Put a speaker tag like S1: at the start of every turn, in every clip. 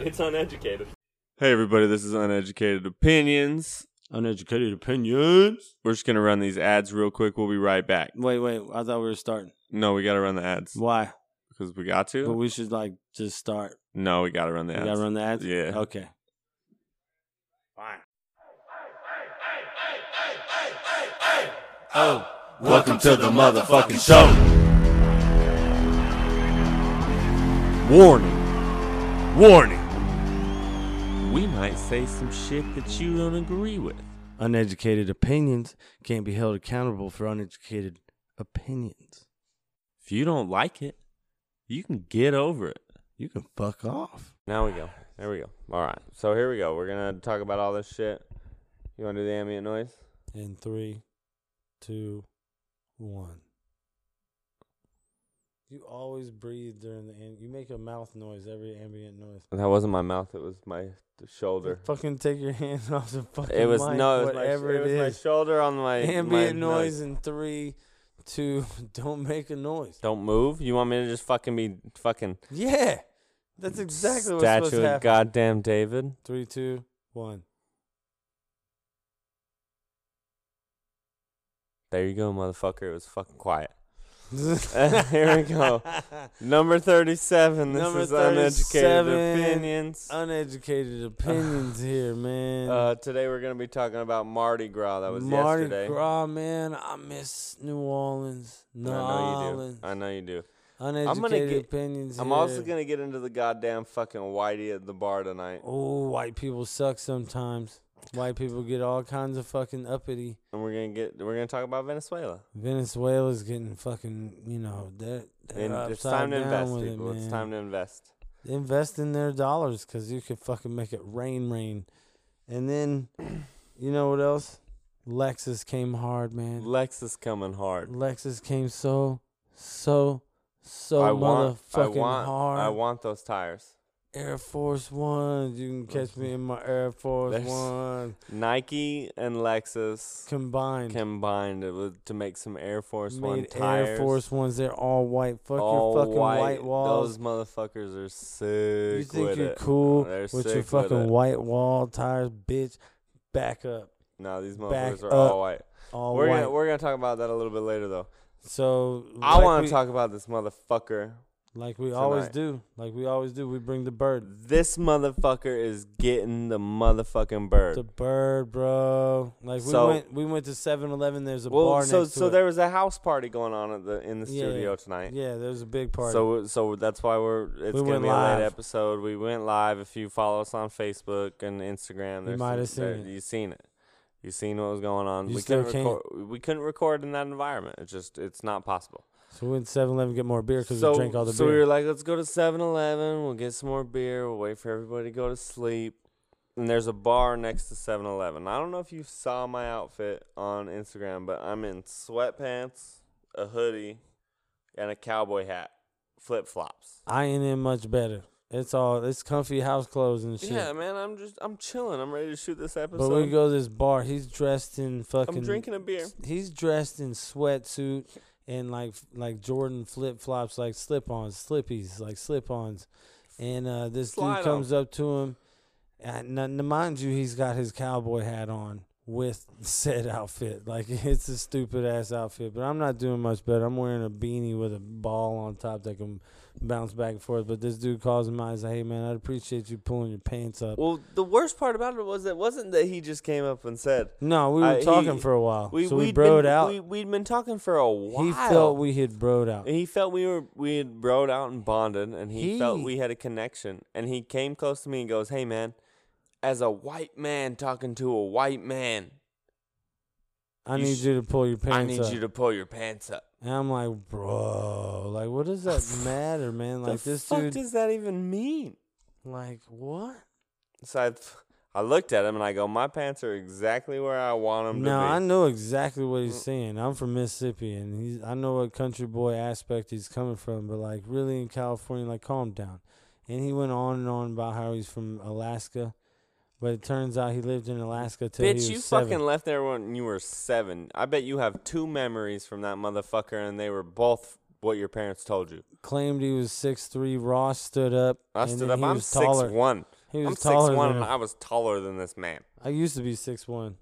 S1: It's uneducated.
S2: Hey, everybody, this is Uneducated Opinions.
S3: Uneducated opinions.
S2: We're just going to run these ads real quick. We'll be right back.
S3: Wait, wait. I thought we were starting.
S2: No, we got to run the ads
S3: Why?
S2: because we got
S3: But
S2: to.
S3: we should like just start.
S2: No, we got to run the
S3: We gotta
S2: ads.
S3: run the ads.
S2: Yeah.
S3: Okay.
S1: Fine.
S3: Oh, welcome to the motherfucking show.
S2: Warning. Warning. We might say some shit that you don't agree with.
S3: Uneducated opinions can't be held accountable for uneducated opinions.
S2: If you don't like it, you can get over it.
S3: You can fuck off.
S2: Now we go. There we go. All right. So here we go. We're going to talk about all this shit. You want to do the ambient noise?
S3: In three, two, one. You always breathe during the. Am- you make a mouth noise every ambient noise.
S2: That wasn't my mouth. It was my shoulder.
S3: Fucking take your hands off the fucking
S2: It was
S3: mic,
S2: no. It was,
S3: whatever
S2: my, sh- it
S3: it
S2: was my
S3: is.
S2: shoulder on my
S3: ambient
S2: my
S3: noise in three, two. Don't make a noise.
S2: Don't move. You want me to just fucking be fucking
S3: Yeah, that's exactly what's supposed
S2: statue
S3: to
S2: of
S3: happen.
S2: goddamn David?
S3: Three, two, one.
S2: There you go, motherfucker. It was fucking quiet. Here we go. Number thirty-seven. This
S3: Number
S2: is uneducated
S3: 37.
S2: opinions.
S3: Uneducated opinions here, man.
S2: Uh, today we're gonna be talking about Mardi Gras. That was
S3: Mardi
S2: yesterday.
S3: Gras, man. I miss New Orleans. New
S2: I know you do.
S3: Orleans.
S2: I know you do.
S3: Uneducated
S2: get-
S3: opinions.
S2: I'm also
S3: here.
S2: gonna get into the goddamn fucking Whitey at the bar tonight,
S3: Oh, white people suck sometimes. White people get all kinds of fucking uppity.
S2: and we're gonna get we're gonna talk about Venezuela.
S3: Venezuela's getting fucking, you know, that.
S2: And it's time to invest, people. it's time to invest.
S3: to invest in their dollars because you could fucking make it rain, rain. And then, you know what else? Lexus came hard, man.
S2: Lex is coming hard.
S3: Lexus came so, so, so
S2: I
S3: motherfucking
S2: want, I want,
S3: hard.
S2: I want those tires.
S3: Air Force One. You can catch me in my Air Force
S2: There's-
S3: One
S2: Nike and Lexus
S3: combined.
S2: combined it was to make some Air Force One
S3: made
S2: tires.
S3: Air Force Ones. They're all white. Fuck
S2: all
S3: your fucking white,
S2: Those
S3: walls.
S2: motherfuckers are sick.
S3: You think
S2: with
S3: you're
S2: it.
S3: cool
S2: They're
S3: with
S2: sick
S3: your fucking
S2: it.
S3: white wall tires, bitch. Back up.
S2: No, these
S3: back
S2: motherfuckers are all
S3: up,
S2: white.
S3: All
S2: We're
S3: white.
S2: gonna, we're gonna talk about that a little bit later though.
S3: so
S2: I
S3: like
S2: want
S3: we-
S2: to talk about this motherfucker.
S3: like we always
S2: tonight.
S3: do. Like we always do. We bring the bird.
S2: This motherfucker is getting the motherfucking bird.
S3: The bird, bro. Like we
S2: So-
S3: went we went to 7-Eleven. There's a
S2: well,
S3: bar
S2: so
S3: next to
S2: so
S3: it.
S2: there was a house party going on at the in the
S3: Yeah,
S2: studio
S3: yeah.
S2: tonight.
S3: Yeah, there's a big party.
S2: So so that's why we're it's
S3: We
S2: gonna
S3: went
S2: be a
S3: live.
S2: late episode. We went live. If you follow us on Facebook and Instagram,
S3: You
S2: there's
S3: might
S2: some-
S3: have seen
S2: there-
S3: it.
S2: You seen it. You seen what was going on.
S3: You
S2: we
S3: still
S2: couldn't
S3: can't.
S2: record. We couldn't record in that environment. It's just it's not possible.
S3: So we went to 7-Eleven get more beer because
S2: so
S3: we drank all the
S2: so
S3: beer.
S2: we were like, let's go to 7-Eleven. We'll get some more beer. We'll wait for everybody to go to sleep. And there's a bar next to 7-Eleven. I don't know if you saw my outfit on Instagram, but I'm in sweatpants, a hoodie, and a cowboy hat, flip flops.
S3: I ain't in much better. It's all it's comfy house clothes and shit.
S2: Yeah, man, I'm just I'm chilling. I'm ready to shoot this episode.
S3: but we go to this bar. He's dressed in fucking.
S2: I'm drinking a beer.
S3: He's dressed in sweatsuit and like like Jordan flip flops, like slip ons, slippies, like slip ons. And uh, this
S2: Slide 'em.
S3: dude comes up to him. And now, now mind you, he's got his cowboy hat on with said outfit. Like it's a stupid ass outfit, but I'm not doing much better. I'm wearing a beanie with a ball on top that can bounce back and forth. But this dude calls him out. He's like, "Hey man, I'd appreciate you pulling your pants up."
S2: Well, the worst part about it was it wasn't that he just came up and said
S3: No, we were
S2: I- he-
S3: talking for a while,
S2: we
S3: so we
S2: we'd
S3: broed
S2: been,
S3: out.
S2: We we'd been talking for a while.
S3: he felt we had broed out.
S2: he felt we were we had broed out and bonded, and he, felt
S3: He-
S2: we had a connection. And he came close to me and goes, "Hey, man." As a white man talking to a white man,
S3: I
S2: you
S3: need
S2: sh-
S3: you to pull your pants
S2: I need
S3: up.
S2: you to pull your pants up.
S3: and I'm like, bro, like, what does that matter, man? Like,
S2: the
S3: this
S2: fuck
S3: dude,
S2: does that even mean?
S3: like, what?
S2: So I, I looked at him and I go, my pants are exactly where I want them
S3: No,
S2: to be.
S3: I know exactly what he's saying. I'm from Mississippi, and he's I know what country boy aspect he's coming from, but like, really in California, like, calm down. And he went on and on about how he's from Alaska, but it turns out he lived in Alaska till he was
S2: Bitch, you
S3: seven.
S2: fucking left there when you were seven. I bet you have two memories from that motherfucker, and they were both what your parents told you.
S3: Claimed he was six three. Ross stood up.
S2: I
S3: and
S2: stood
S3: then
S2: up.
S3: He
S2: I'm
S3: was taller.
S2: six one.
S3: He was
S2: I'm
S3: taller
S2: six one,
S3: than
S2: and
S3: him.
S2: I was taller than this man.
S3: I used to be six one.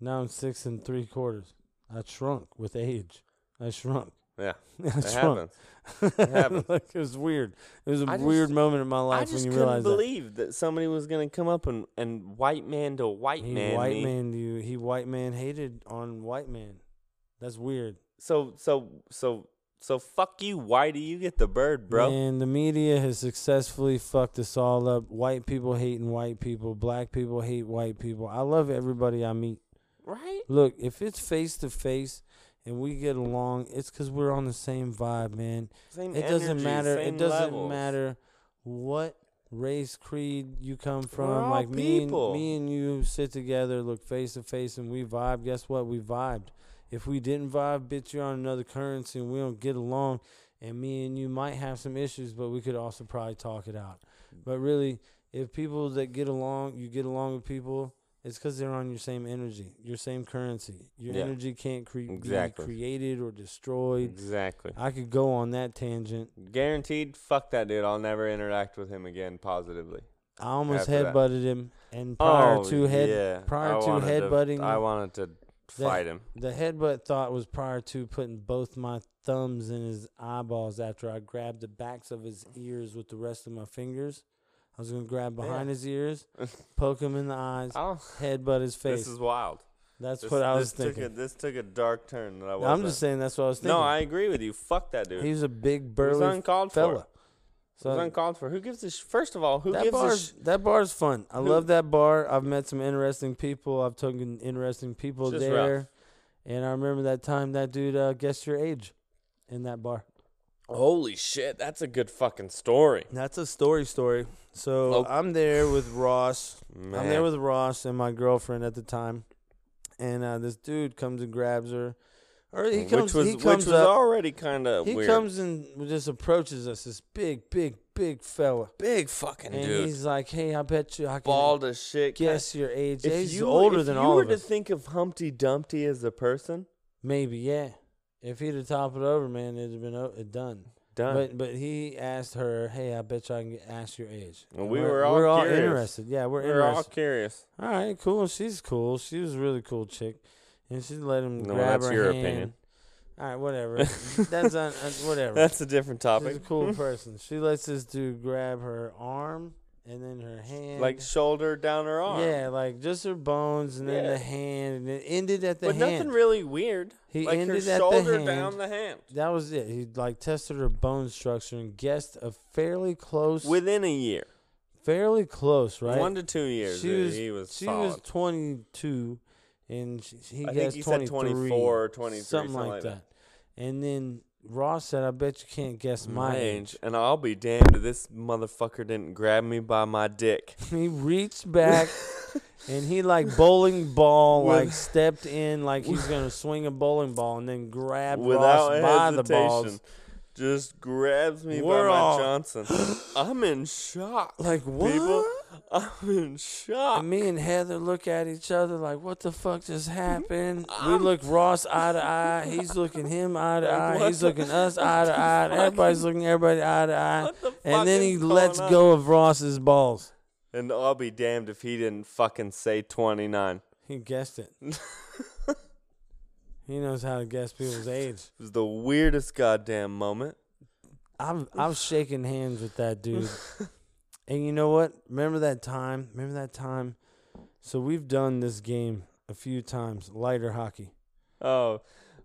S3: Now I'm six and three quarters. I shrunk with age. I shrunk.
S2: Yeah, it
S3: I
S2: happens.
S3: shrunk.
S2: happens.
S3: like, it was weird. It was a
S2: I just-
S3: weird moment in my
S2: I
S3: life when
S2: just
S3: you
S2: couldn't
S3: realize that.
S2: believe that. somebody was gonna come up and, and white man to white
S3: He
S2: man
S3: white
S2: me.
S3: man you. He white man hated on white man. That's weird,
S2: So so so so fuck you, Whitey. You get the bird, bro.
S3: And the media has successfully fucked us all up. White people hating white people. Black people hate white people. I love everybody I meet.
S2: Right?
S3: Look, if it's face to face and we get along, it's because we're on the same vibe, man.
S2: Same
S3: it doesn't
S2: energy,
S3: matter.
S2: same
S3: It doesn't
S2: levels.
S3: matter what race, creed you come from.
S2: all
S3: like me and
S2: people.
S3: me and you sit together, look face to face, and we vibe. Guess what? We vibed. If we didn't vibe, bitch, you're on another currency, and we don't get along. And me and you might have some issues, but we could also probably talk it out. But really, if people that get along, you get along with people. It's because they're on your same energy, your same currency. Your
S2: Yeah.
S3: energy can't cre-
S2: Exactly.
S3: be created or destroyed.
S2: Exactly.
S3: I could go on that tangent.
S2: Guaranteed. Fuck that dude. I'll never interact with him again positively.
S3: I almost
S2: after that.
S3: headbutted him, and prior
S2: oh,
S3: to head
S2: yeah.
S3: prior
S2: I
S3: to
S2: wanted
S3: headbutting-
S2: I wanted to fight him.
S3: the headbutt thought was prior to putting both my thumbs in his eyeballs after I grabbed the backs of his ears with the rest of my fingers. I was gonna grab behind his ears, poke him in the eyes,
S2: Oh,
S3: headbutt his face.
S2: this is wild.
S3: that's
S2: This-
S3: what I was
S2: this
S3: thinking.
S2: Took a, this took a dark turn that I wasn't.
S3: I'm just saying that's what I was thinking.
S2: No, I agree with you. Fuck that dude.
S3: he was a big
S2: It was
S3: burly
S2: uncalled for.
S3: fella.
S2: It was
S3: So
S2: uncalled for. Who gives a sh- first of all? Who
S3: that
S2: gives a
S3: bar's
S2: sh-
S3: that bar's fun. I love that bar. I've met some interesting people. I've taken interesting people
S2: Just rough.
S3: there. And I remember that time that dude uh, guessed your age in that bar.
S2: Holy shit, that's a good fucking story.
S3: That's a story story. So
S2: Oh.
S3: I'm there with Ross. I'm
S2: Man.
S3: there with Ross and my girlfriend at the time. And uh, this dude comes and grabs her. Or he comes
S2: which was
S3: he comes
S2: which was
S3: up.
S2: already kind of
S3: he
S2: weird.
S3: comes and just approaches us. This big, big, big fella.
S2: big fucking
S3: And
S2: dude,
S3: he's like, "Hey, I bet you I can
S2: bald as shit.
S3: guess your age."
S2: If
S3: he's
S2: you,
S3: older
S2: if
S3: than
S2: you
S3: all
S2: were
S3: of
S2: to
S3: us.
S2: think of Humpty Dumpty as a person,
S3: Maybe, yeah. If he'd have topped it over, man, it'd have been o- it done.
S2: done.
S3: But but he asked her, "Hey, I bet you I can get, ask your age."
S2: And we were all
S3: we're all
S2: curious.
S3: interested. Yeah, we're,
S2: we're all
S3: interested.
S2: curious.
S3: All, right, cool. She's cool. She was a really cool chick, and she let him
S2: No,
S3: grab
S2: that's
S3: her
S2: your
S3: hand.
S2: opinion.
S3: All right, whatever. that's un, un, whatever.
S2: That's a different
S3: She's a
S2: topic.
S3: cool person. She lets this dude grab her arm and then her hand,
S2: Like shoulder down her arm.
S3: yeah, like just her bones and then
S2: Yeah.
S3: the hand, and it ended at the
S2: but
S3: hand.
S2: nothing really weird.
S3: He
S2: like
S3: ended at
S2: her
S3: the
S2: shoulder
S3: hand.
S2: down the hand.
S3: That was it. He like tested her bone structure and guessed a fairly close,
S2: Within a year,
S3: fairly close, right?
S2: one to two years, uh,
S3: she was
S2: he was
S3: she
S2: solid.
S3: was twenty two, and she, he
S2: I think
S3: guessed
S2: he said
S3: 23,
S2: 24 or 23,
S3: something like, that. And then Ross said, "I bet you can't guess my, age."
S2: and I'll be damned if this motherfucker didn't grab me by my dick.
S3: He reached back. And he like bowling ball,
S2: With-
S3: like stepped in, like he's gonna swing a bowling ball, and then grabbed
S2: Without
S3: Ross by
S2: hesitation,
S3: the balls.
S2: just grabs me
S3: We're
S2: by my
S3: all-
S2: Johnson. I'm in shock.
S3: Like what?
S2: People, I'm in shock.
S3: And me and Heather look at each other like, what the fuck just happened? We look Ross eye to eye. He's looking him eye to eye.
S2: what
S3: He's
S2: the-
S3: looking us eye to eye. Everybody's looking everybody eye to eye.
S2: What the fuck
S3: And then
S2: is
S3: he
S2: going
S3: lets
S2: on?
S3: go of Ross's balls.
S2: and I'll be damned if he didn't fucking say 29.
S3: He guessed it. he knows how to guess people's age.
S2: It was the weirdest goddamn moment.
S3: I've I've shaken hands with that dude. and you know what? Remember that time? Remember that time? So we've done this game a few times, lighter hockey.
S2: Oh,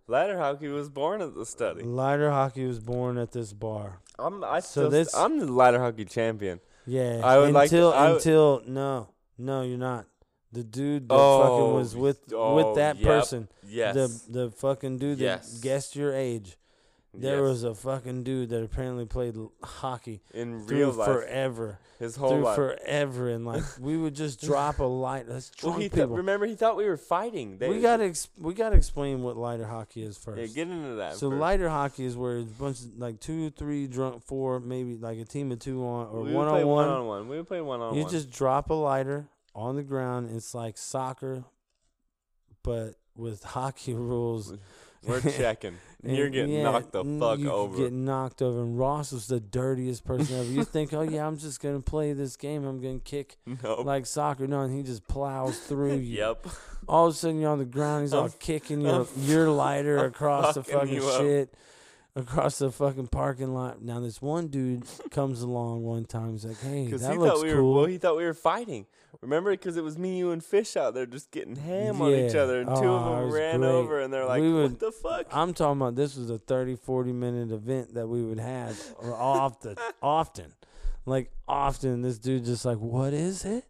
S2: ladder hockey was born at the study.
S3: Lighter hockey was born at this bar.
S2: I'm I
S3: So
S2: still,
S3: this-
S2: I'm the ladder hockey champion.
S3: Yeah.
S2: I would like to-
S3: until
S2: I would-
S3: until no, no, you're not. The dude that fucking
S2: Oh,
S3: was with
S2: oh,
S3: with that
S2: yep,
S3: person.
S2: Yes.
S3: The the fucking dude that
S2: Yes.
S3: guessed your age. There
S2: Yes.
S3: was a fucking dude that apparently played l- hockey
S2: in
S3: through
S2: real life,
S3: forever,
S2: his whole
S3: through
S2: life.
S3: forever, and like we would just drop a light. Let's
S2: Well,
S3: drunk
S2: he thought,
S3: people.
S2: remember, he thought we were fighting. They,
S3: we gotta ex- we gotta explain what lighter hockey is first.
S2: yeah, get into that.
S3: So
S2: first.
S3: lighter hockey is where it's a bunch of like two, three, drunk, four, maybe like a team of two on or
S2: we
S3: one
S2: would play
S3: on
S2: one
S3: one.
S2: on one. We would play one on
S3: You
S2: one.
S3: just drop a lighter on the ground. It's like soccer, but with hockey rules.
S2: We're checking. You're
S3: And,
S2: getting
S3: yeah,
S2: knocked the
S3: n-
S2: fuck
S3: you
S2: over.
S3: Get knocked over, and Ross was the dirtiest person ever. You think, oh yeah, I'm just gonna play this game. I'm gonna kick
S2: nope.
S3: like soccer. No, and he just plows through you.
S2: Yep.
S3: All of a sudden, you're on the ground. He's all
S2: I'm-
S3: kicking your
S2: I'm-
S3: your lighter
S2: I'm
S3: across the
S2: fucking
S3: fucking
S2: you up.
S3: shit, across the fucking parking lot. Now this one dude comes along one time. He's like, hey,
S2: Because
S3: that
S2: he
S3: looks
S2: thought we
S3: cool.
S2: were well, he thought we were fighting. Remember, because it was me, you, and Fish out there just getting ham on each
S3: Yeah.
S2: other, and two
S3: Oh, it
S2: of them
S3: was
S2: ran
S3: great.
S2: over, and they're like,
S3: We
S2: "What
S3: would-
S2: the fuck?"
S3: I'm talking about this was a 30, 40 minute event that we would have off the often. Like often this dude just like, What is it?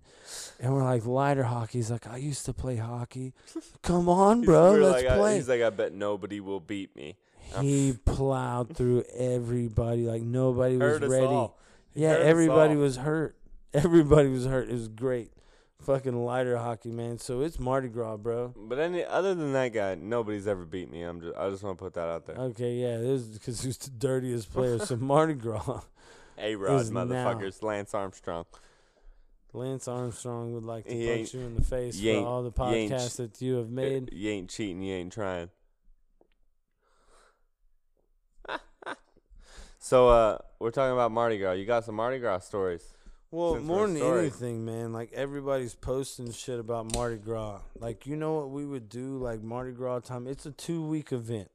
S3: And we're like, lighter hockey. He's like, I used to play hockey. Come on,
S2: He's-
S3: bro,
S2: we were
S3: let's
S2: like, I-
S3: play.
S2: he's like, "I bet nobody will beat me." I'm-
S3: he plowed through everybody like nobody was
S2: Hurt us
S3: ready.
S2: all. He
S3: Yeah,
S2: hurt us
S3: everybody
S2: all.
S3: was hurt. Everybody was hurt. It was great. Fucking lighter hockey, man. So it's Mardi Gras, bro.
S2: But any other than that guy, nobody's ever beat me. I'm just, I just want to put that out there.
S3: Okay, yeah, this is because who's the dirtiest player? So Mardi Gras.
S2: A Rod,
S3: is now.
S2: motherfuckers, Lance Armstrong.
S3: Lance Armstrong would like to
S2: He
S3: punch
S2: ain't-
S3: you in the face
S2: you
S3: for
S2: ain't-
S3: all the
S2: you ain't
S3: podcasts
S2: sh-
S3: that you have made.
S2: You ain't cheating. You ain't trying. so uh, we're talking about Mardi Gras. You got some Mardi Gras stories.
S3: Well,
S2: Since
S3: more
S2: we're
S3: than
S2: sorry.
S3: anything, man, like everybody's posting shit about Mardi Gras. Like, you know what we would do? Like Mardi Gras time. It's a two week event.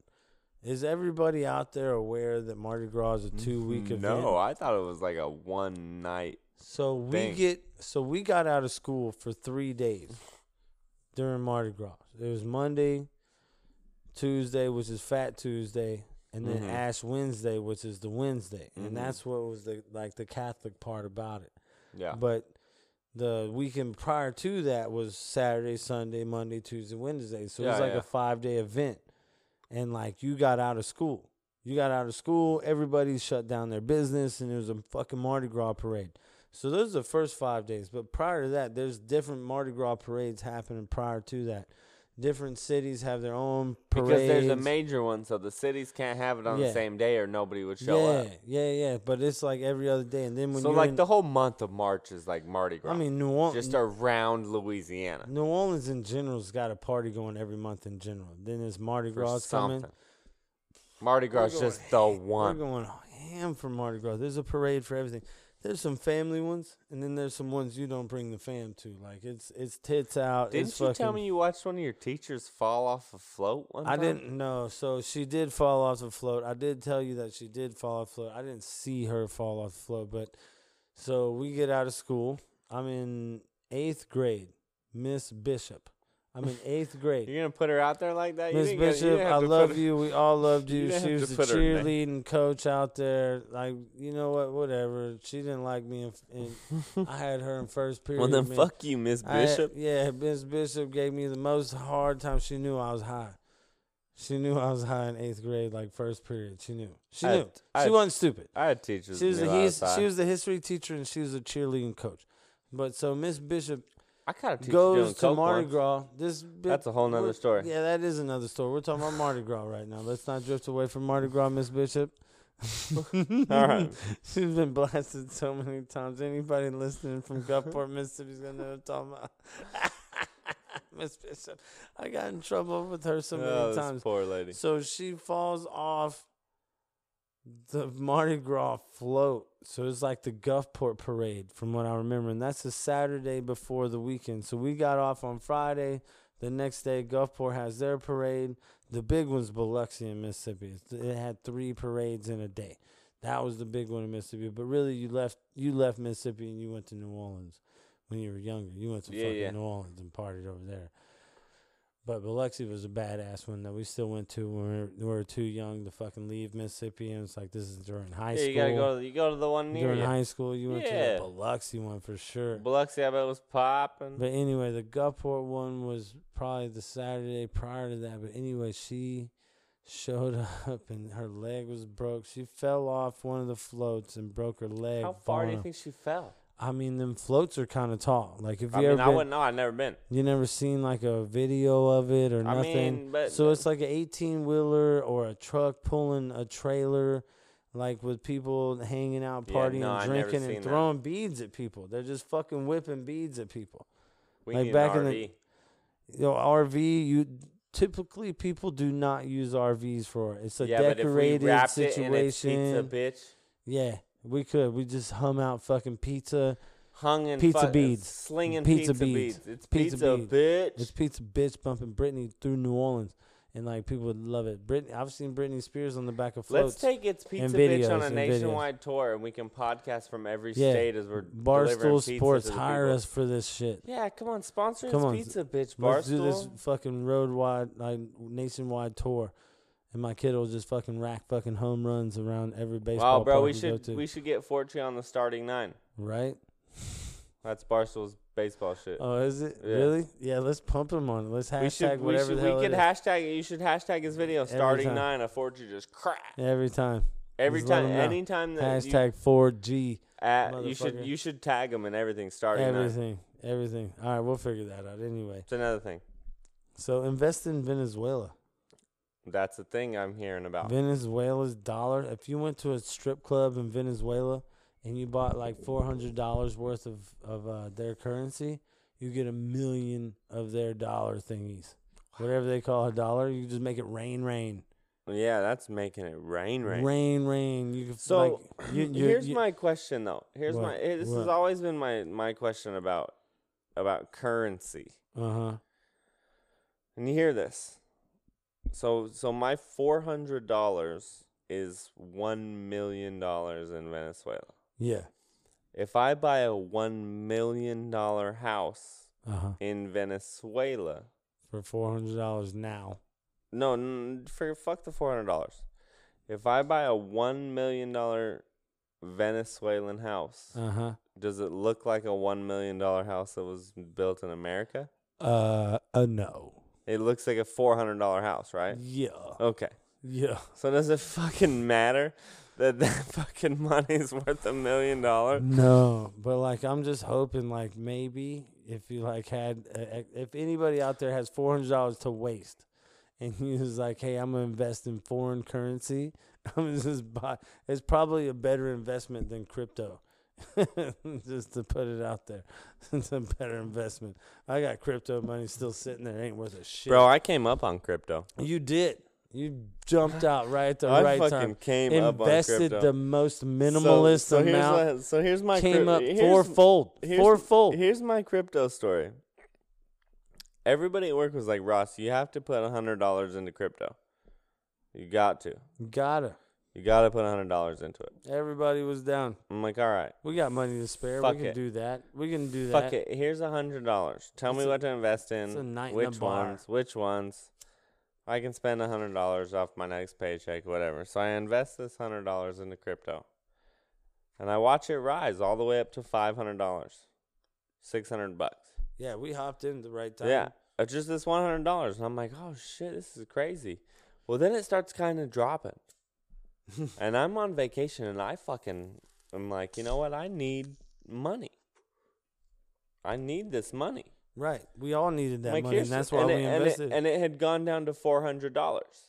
S3: Is everybody out there aware that Mardi Gras is a two week event?
S2: Mm, No, I thought it was like a one night.
S3: So we
S2: Dang.
S3: get so we got out of school for three days during Mardi Gras. It was Monday, Tuesday, which is Fat Tuesday, and then
S2: Mhm.
S3: Ash Wednesday, which is the Wednesday,
S2: Mhm.
S3: and that's what was the like the Catholic part about it.
S2: Yeah.
S3: But the weekend prior to that was Saturday, Sunday, Monday, Tuesday, Wednesday. So it was
S2: Yeah,
S3: like
S2: yeah.
S3: a five day event, and like you got out of school. You got out of school, everybody shut down their business, and it was a fucking Mardi Gras parade. So those are the first five days. But prior to that, there's different Mardi Gras parades happening prior to that. Different cities have their own parades.
S2: Because there's a major one, so the cities can't have it on
S3: Yeah.
S2: the same day, or nobody would
S3: yeah,
S2: show up.
S3: yeah, yeah. But it's like every other day, and then when
S2: So
S3: you're
S2: like
S3: in,
S2: the whole month of March is like Mardi Gras.
S3: I mean, New Orleans,
S2: just around Louisiana
S3: New Orleans in general's got a party going every month in general. Then there's Mardi
S2: for
S3: Gras coming.
S2: something. Mardi Gras is
S3: We're
S2: just the
S3: going-
S2: one.
S3: We're going ham for Mardi Gras. There's a parade for everything. There's some family ones, and then there's some ones you don't bring the fam to. Like it's it's tits out.
S2: Didn't you
S3: it's
S2: tell
S3: fucking-
S2: me you watched one of your teachers fall off a float one
S3: I
S2: time?
S3: didn't know. So she did fall off the float. I did tell you that she did fall off the float. I didn't see her fall off the float, but so we get out of school. I'm in eighth grade. Miss Bishop. I'm in eighth grade.
S2: You're gonna put her out there like that? You
S3: Miss
S2: didn't gotta- you
S3: Bishop,
S2: didn't have
S3: I
S2: to put
S3: love
S2: her-
S3: you. We all loved you.
S2: You didn't
S3: she
S2: have
S3: was
S2: to
S3: the
S2: put her in
S3: cheerleading coach out there. Like, you know what? Whatever. She didn't like me, and, and I had her in first period.
S2: Well, then
S3: man.
S2: fuck you, Miss
S3: I-
S2: Bishop.
S3: yeah, Miss Bishop gave me the most hard time. She knew I was high. She knew I was high in eighth grade, like first period. She knew. She
S2: I-
S3: knew.
S2: I-
S3: she wasn't stupid.
S2: I, had teachers.
S3: She was,
S2: knew
S3: the
S2: I
S3: his,
S2: high.
S3: she was the history teacher and she was a cheerleading coach. But so Miss Bishop
S2: I caught a teacher doing
S3: goes to
S2: coke
S3: Mardi
S2: once.
S3: Gras. This bi-
S2: That's a whole nother
S3: we're-
S2: story.
S3: Yeah, that is another story. We're talking about Mardi Gras right now. Let's not drift away from Mardi Gras, Miss Bishop.
S2: All right.
S3: She's been blasted so many times. Anybody listening from Gulfport, Mississippi's gonna know what I'm talking about. Miss Bishop. I got in trouble with her so many
S2: Oh, this
S3: times.
S2: poor lady.
S3: So she falls off the Mardi Gras float. So it's like the Gulfport parade, from what I remember. And that's the Saturday before the weekend. So we got off on Friday. The next day, Gulfport has their parade. The big one's Biloxi in Mississippi. It's- It had three parades in a day. That was the big one in Mississippi. But really, you left you left Mississippi and you went to New Orleans when you were younger. You went to
S2: Yeah,
S3: fucking
S2: yeah.
S3: New Orleans and partied over there. But Biloxi was a badass one that we still went to when we were, we were too young to fucking leave Mississippi. And it's like, this is during high
S2: Yeah,
S3: school.
S2: you gotta go. To, the- you go to the one near
S3: during
S2: you.
S3: high school, you went
S2: Yeah.
S3: to the Biloxi one for sure.
S2: Biloxi, I bet was popping.
S3: But anyway, the Gulfport one was probably the Saturday prior to that. But anyway, she showed up and her leg was broke. She fell off one of the floats and broke her leg.
S2: How far do
S3: falling
S2: you
S3: off.
S2: think she fell?
S3: I mean, them floats are kind of tall. Like, if you
S2: I mean,
S3: ever
S2: I
S3: been-
S2: wouldn't know. I've never been.
S3: you never seen like a video of it or
S2: I
S3: nothing.
S2: mean, but-
S3: so it's like an eighteen wheeler or a truck pulling a trailer, like with people hanging out,
S2: Yeah,
S3: partying,
S2: no, I never
S3: drinking,
S2: seen
S3: and
S2: that.
S3: throwing beads at people. They're just fucking whipping beads at people.
S2: We
S3: Like,
S2: need
S3: back
S2: an
S3: in the-
S2: RV.
S3: You know, RV, you typically people do not use RVs for it. It's a
S2: yeah,
S3: decorated
S2: but if we wrapped
S3: situation.
S2: it in its pizza, bitch,
S3: yeah, we could. We just hum out fucking pizza.
S2: hung in
S3: Pizza
S2: fuck-
S3: beads.
S2: slinging
S3: Pizza
S2: pizza,
S3: beads.
S2: beads. It's
S3: Pizza
S2: pizza,
S3: beads.
S2: bitch.
S3: It's pizza bitch bumping Britney through New Orleans, and like people would love it. Britney, I've seen Britney Spears on the back of
S2: Let's
S3: floats.
S2: take its pizza
S3: and
S2: bitch
S3: videos
S2: on a
S3: and
S2: nationwide tour, and we can podcast from every
S3: Yeah.
S2: state as we're delivering
S3: Barstool
S2: pizza
S3: Sports
S2: to the
S3: hire
S2: people.
S3: us for this shit.
S2: Yeah, come on, sponsor
S3: Come
S2: us
S3: on,
S2: pizza, bitch. Barstool.
S3: Let's do this fucking road wide, like nationwide tour, and my kid will just fucking rack fucking home runs around every baseball.
S2: Wow, bro,
S3: park
S2: we
S3: go
S2: should
S3: to.
S2: we should get Fortune on the starting nine.
S3: right.
S2: That's Barstool's baseball shit.
S3: Oh, is it
S2: Yeah.
S3: really? Yeah, let's pump him on it. Let's hashtag
S2: we should we
S3: whatever
S2: should
S3: the hell
S2: we
S3: it
S2: could
S3: is.
S2: hashtag it. you should hashtag his video starting
S3: time.
S2: nine of Fortune just crap
S3: every time.
S2: every
S3: Just let
S2: time
S3: him know.
S2: anytime that you,
S3: Hashtag four G.
S2: at, you should
S3: motherfucker.
S2: you should tag him in everything starting nine.
S3: Everything, everything. All right, we'll figure that out anyway.
S2: It's another thing.
S3: So invest in Venezuela.
S2: That's the thing I'm hearing about.
S3: Venezuela's dollar. If you went to a strip club in Venezuela and you bought like four hundred dollars worth of of uh, their currency, you get a million of their dollar thingies. Whatever they call a dollar, you just make it rain, rain,
S2: yeah, that's making it rain rain.
S3: rain, rain. You can
S2: So
S3: like, you, you,
S2: here's
S3: you-
S2: my question though. Here's
S3: What?
S2: my eh, this has
S3: What?
S2: always been my my question about about currency.
S3: uh-huh.
S2: And you hear this. So so my four hundred dollars is one million dollars in Venezuela.
S3: Yeah.
S2: If I buy a one million dollar house
S3: Uh huh.
S2: in Venezuela,
S3: For four hundred dollars now.
S2: no, n- for fuck the four hundred dollars. If I buy a one million dollar Venezuelan house,
S3: Uh huh.
S2: does it look like a one million dollar house that was built in America?
S3: Uh, uh no.
S2: It looks like a four hundred dollar house, right?
S3: Yeah.
S2: Okay.
S3: Yeah.
S2: So does it fucking matter that that fucking money's worth a million dollars?
S3: Mm, No, but like I'm just hoping like maybe if you like had uh, if anybody out there has four hundred dollars to waste, and you was like, hey, I'm gonna invest in foreign currency. I'm gonna just buy. It's probably a better investment than crypto. just to put it out there, it's a better investment. I got crypto money still sitting there, ain't worth a shit.
S2: Bro, I came up on crypto.
S3: you did. You jumped out right at the
S2: I
S3: right
S2: fucking
S3: time.
S2: came up on
S3: Invested
S2: crypto.
S3: the most minimalist
S2: so, so here's
S3: amount
S2: my- so here's my
S3: came
S2: cryp-
S3: up
S2: here's-
S3: fourfold.
S2: here's-
S3: fourfold.
S2: Here's my crypto story. Everybody at work was like, Ross, you have to put hundred dollars into crypto. You got to.
S3: Gotta.
S2: You got to put hundred dollars into it.
S3: Everybody was down.
S2: I'm like, all right,
S3: We got money to spare.
S2: Fuck
S3: we can
S2: it.
S3: do that. We can do that.
S2: fuck it. Here's hundred dollars. Tell
S3: It's
S2: me
S3: a-
S2: what to invest in.
S3: a night in a
S2: which
S3: bar.
S2: ones? Which ones? I can spend hundred dollars off my next paycheck, whatever. So I invest this hundred dollars into crypto, and I watch it rise all the way up to five hundred dollars, six hundred bucks.
S3: Yeah, we hopped in the right time.
S2: Yeah, uh, just this one hundred dollars, and I'm like, oh shit, this is crazy. Well, then it starts kind of dropping, and I'm on vacation, and I fucking, I'm like, you know what? I need money. I need this money.
S3: Right. We all needed that
S2: Like,
S3: money, and
S2: here's-
S3: that's why we
S2: it-
S3: invested.
S2: And
S3: And,
S2: it, and it had gone down to four hundred dollars,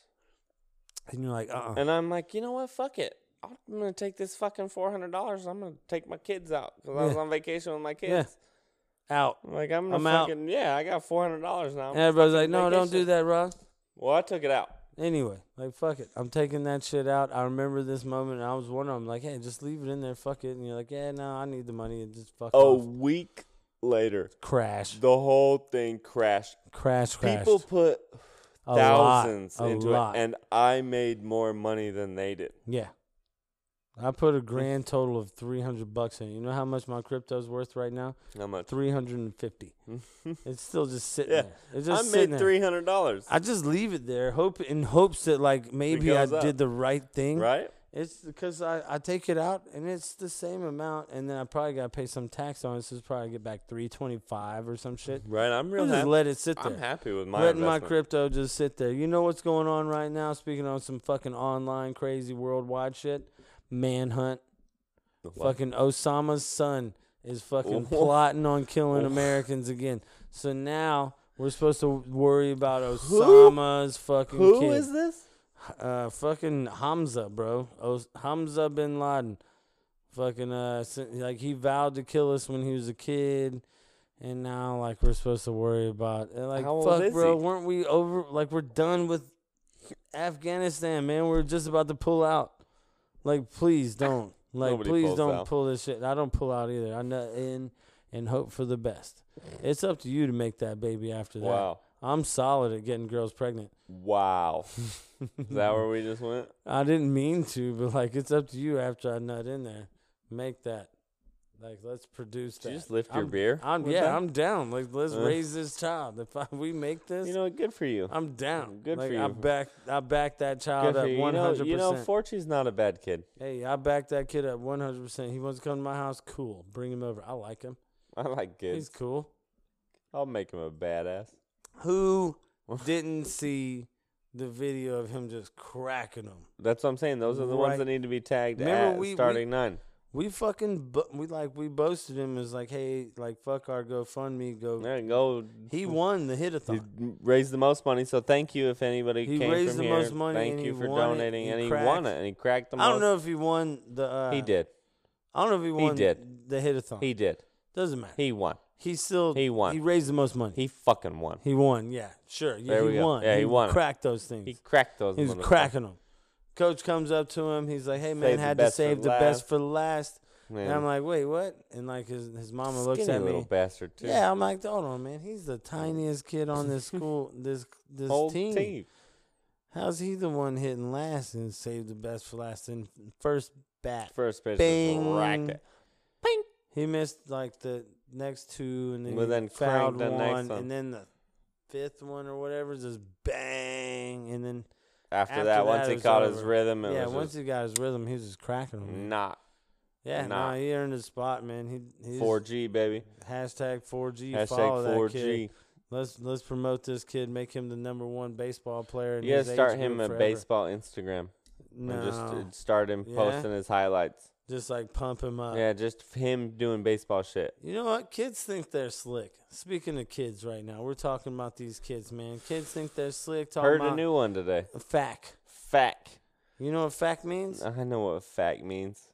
S3: you're like, uh, uh
S2: and I'm like, you know what? Fuck it. I'm gonna take this fucking four hundred dollars. I'm gonna take my kids out because I was
S3: Yeah.
S2: on vacation with my kids.
S3: Yeah. out.
S2: I'm Like I'm gonna
S3: I'm out.
S2: fucking yeah. I got four hundred dollars now.
S3: And everybody's like, no,
S2: fucking
S3: don't do
S2: vacation.
S3: that, Ross.
S2: Well, I took it out.
S3: Anyway, like, fuck it. I'm taking that shit out. I remember this moment, and I was wondering, I'm like, hey, just leave it in there. Fuck it. And you're like, yeah, no, I need the money. And just fuck
S2: A
S3: off.
S2: week later,
S3: Crash.
S2: the whole thing crashed.
S3: Crash, crash.
S2: People put
S3: a
S2: thousands
S3: lot, a
S2: into
S3: lot.
S2: it, and I made more money than they did.
S3: Yeah. I put a grand total of 300 bucks in. it. You know how much my crypto's worth right now?
S2: How much?
S3: 350. it's still just sitting
S2: Yeah.
S3: there. It's
S2: I
S3: just sitting
S2: made
S3: there.
S2: three hundred dollars.
S3: I just leave it there, hope in hopes that like maybe I
S2: goes up.
S3: did the right thing.
S2: Right?
S3: It's because I, I take it out and it's the same amount, and then I probably gotta pay some tax on it, so it's probably get back 325 or some shit.
S2: Right. I'm
S3: I'll
S2: Mm-hmm. real
S3: just
S2: happy.
S3: let it sit there.
S2: I'm happy with my
S3: Letting my
S2: investment.
S3: crypto just sit there. You know what's going on right now? Speaking on some fucking online crazy worldwide shit, manhunt. Fucking Osama's son is fucking plotting on killing Americans again. So now we're supposed to worry about Osama's fucking
S2: Who
S3: kid.
S2: is this?
S3: uh, fucking Hamza, bro. Os- Hamza bin Laden. Fucking uh, s- like he vowed to kill us when he was a kid. and now like we're supposed to worry about and, like
S2: How old
S3: fuck,
S2: is
S3: bro.
S2: he?
S3: Weren't we over? Like we're done with Afghanistan, man. We're just about to pull out. Like please don't. Like
S2: Nobody
S3: please
S2: pulls
S3: don't
S2: out.
S3: pull this shit. I don't pull out either. I know in and hope for the best. It's up to you to make that baby after that.
S2: Wow.
S3: I'm solid at getting girls pregnant.
S2: Wow. Is that where we just went?
S3: I didn't mean to, but like it's up to you after I nut in there. Make that. Like let's produce
S2: Did
S3: that.
S2: you just lift your
S3: I'm-
S2: beer?
S3: I'm
S2: with
S3: yeah,
S2: that?
S3: I'm down. Like let's
S2: Uh.
S3: raise this child. If I, we make this,
S2: You know, good for you.
S3: I'm down.
S2: good
S3: like,
S2: for
S3: I
S2: you.
S3: back I back that
S2: Good
S3: child
S2: for
S3: up
S2: you. You
S3: one
S2: know,
S3: hundred
S2: you know,
S3: percent.
S2: Forty's not a bad kid.
S3: Hey, I back that kid up one hundred percent. He wants to come to my house. Cool. Bring him over. I like him.
S2: I like kids.
S3: He's cool.
S2: I'll make him a badass.
S3: Who didn't see the video of him just cracking him?
S2: That's what I'm saying. Those are the
S3: Right.
S2: ones that need to be tagged
S3: Remember
S2: at
S3: we- we-
S2: starting nine.
S3: We fucking bo- we like we boasted him as like, hey, like fuck our GoFundMe, go.
S2: There you go.
S3: He won the
S2: You
S3: hitathon.
S2: raised the most money, so thank you if anybody
S3: He
S2: came
S3: raised
S2: from
S3: the
S2: here.
S3: most money
S2: thank
S3: and
S2: you
S3: he
S2: for
S3: won it,
S2: donating,
S3: he
S2: and he
S3: cracked-
S2: won it, and he cracked the most.
S3: I don't know if he won the. Uh,
S2: He did.
S3: I don't know if he won.
S2: did.
S3: the hitathon.
S2: He did.
S3: doesn't matter. He,
S2: He won.
S3: still
S2: he won.
S3: He raised the most money. He,
S2: He fucking won.
S3: won. Yeah, sure. Yeah,
S2: There
S3: he
S2: we go.
S3: won.
S2: Yeah, he won it.
S3: Cracked those things.
S2: He
S3: He,
S2: cracked those.
S3: was
S2: motherfuckers.
S3: cracking them. Coach comes up to him. He's like, "Hey man,
S2: Saved the
S3: had to
S2: best for
S3: save the
S2: last."
S3: best for last."
S2: Man,
S3: And I'm like, "Wait, what?" And like his his mama looks
S2: skinny
S3: at
S2: little
S3: me.
S2: bastard too.
S3: Yeah, I'm like, hold on, man. He's the tiniest kid on this school, this this
S2: whole
S3: team.
S2: team.
S3: How's he the one hitting last and saved the best for last in first bat?
S2: First pitch just
S3: Bing.
S2: racked it. Ping.
S3: He missed like the next two, and then
S2: Well,
S3: he
S2: then cranked
S3: fouled
S2: the next
S3: one,
S2: one.
S3: and then the fifth one or whatever just bang, and then
S2: After,
S3: After
S2: that,
S3: that,
S2: once
S3: it
S2: he
S3: was
S2: caught his
S3: over.
S2: rhythm, it
S3: yeah,
S2: was
S3: once
S2: just
S3: he got his rhythm, he was just cracking them.
S2: not
S3: yeah, no,
S2: nah.
S3: he earned his spot, man. He he's,
S2: 4G baby.
S3: hashtag four G
S2: Hashtag
S3: follow that kid.
S2: 4G.
S3: Let's let's promote this kid, make him the number one baseball player. In
S2: You gotta
S3: his age
S2: start him
S3: group
S2: a
S3: forever.
S2: baseball Instagram
S3: No,
S2: and just uh,
S3: just,
S2: start him
S3: Yeah. Uh.
S2: posting his highlights.
S3: like pump him up.
S2: yeah, just him doing baseball shit.
S3: You know what? Kids think they're slick. Speaking of kids, right now we're talking about these kids, man. Kids think they're slick. Talking
S2: Heard
S3: about
S2: a new one today.
S3: fact.
S2: Fact.
S3: You know what fact means?
S2: I know what fact means.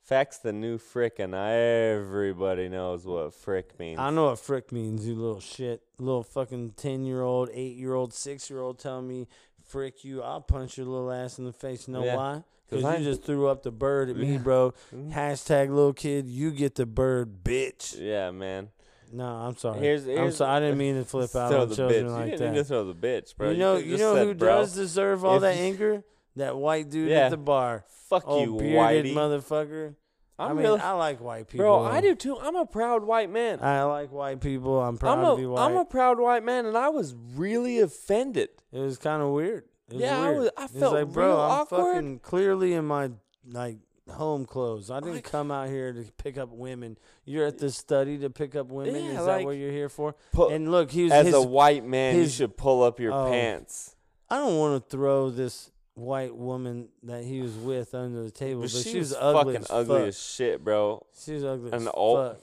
S2: Fact's the new frick, and everybody knows what frick means.
S3: I know what frick means, you little shit. Little fucking 10 year old, 8 year old, 6 year old telling me, frick you, I'll punch your little ass in the face. You know
S2: Yeah.
S3: why?
S2: 'Cause
S3: Because
S2: I- Mm-hmm.
S3: you just threw up the bird at me, bro. Hashtag little kid, you get the bird, bitch.
S2: yeah, man.
S3: No, I'm sorry.
S2: Here's-
S3: I'm
S2: here's-
S3: sorry. I didn't mean to flip out
S2: Throw
S3: on
S2: the
S3: children
S2: bitch. you
S3: like
S2: didn't need to
S3: that.
S2: throw the bitch, bro.
S3: you know,
S2: could've
S3: you
S2: just
S3: know
S2: said,
S3: who
S2: bro.
S3: does deserve all
S2: If
S3: that
S2: you-
S3: anger? That white dude
S2: Yeah.
S3: at the bar.
S2: Fuck
S3: Oh,
S2: you,
S3: bearded
S2: whitey.
S3: motherfucker. i
S2: I'm
S3: mean,
S2: really,
S3: I like white people.
S2: bro. I do too. I'm a proud white man.
S3: I like white people. I'm proud
S2: I'm
S3: to
S2: a
S3: be white.
S2: am a proud white man, and I was really offended.
S3: It was kind of weird. It was
S2: Yeah, I
S3: weird.
S2: was- I
S3: It's
S2: felt
S3: like, bro,
S2: real
S3: I'm
S2: awkward.
S3: fucking clearly in my like home clothes. I didn't
S2: Like-
S3: come out here to pick up women. You're at the study to pick up women.
S2: Yeah,
S3: Is that
S2: like-
S3: what you're here for?
S2: Pu-
S3: and look, he was.
S2: As
S3: his,
S2: a white man,
S3: his-
S2: you should pull up your
S3: oh.
S2: pants.
S3: I don't want to throw this white woman that he was with under the table,
S2: But
S3: but,
S2: she, was,
S3: ugly
S2: fucking
S3: as
S2: ugly
S3: fuck.
S2: as shit, bro.
S3: She was ugly
S2: and
S3: as
S2: old.
S3: fuck.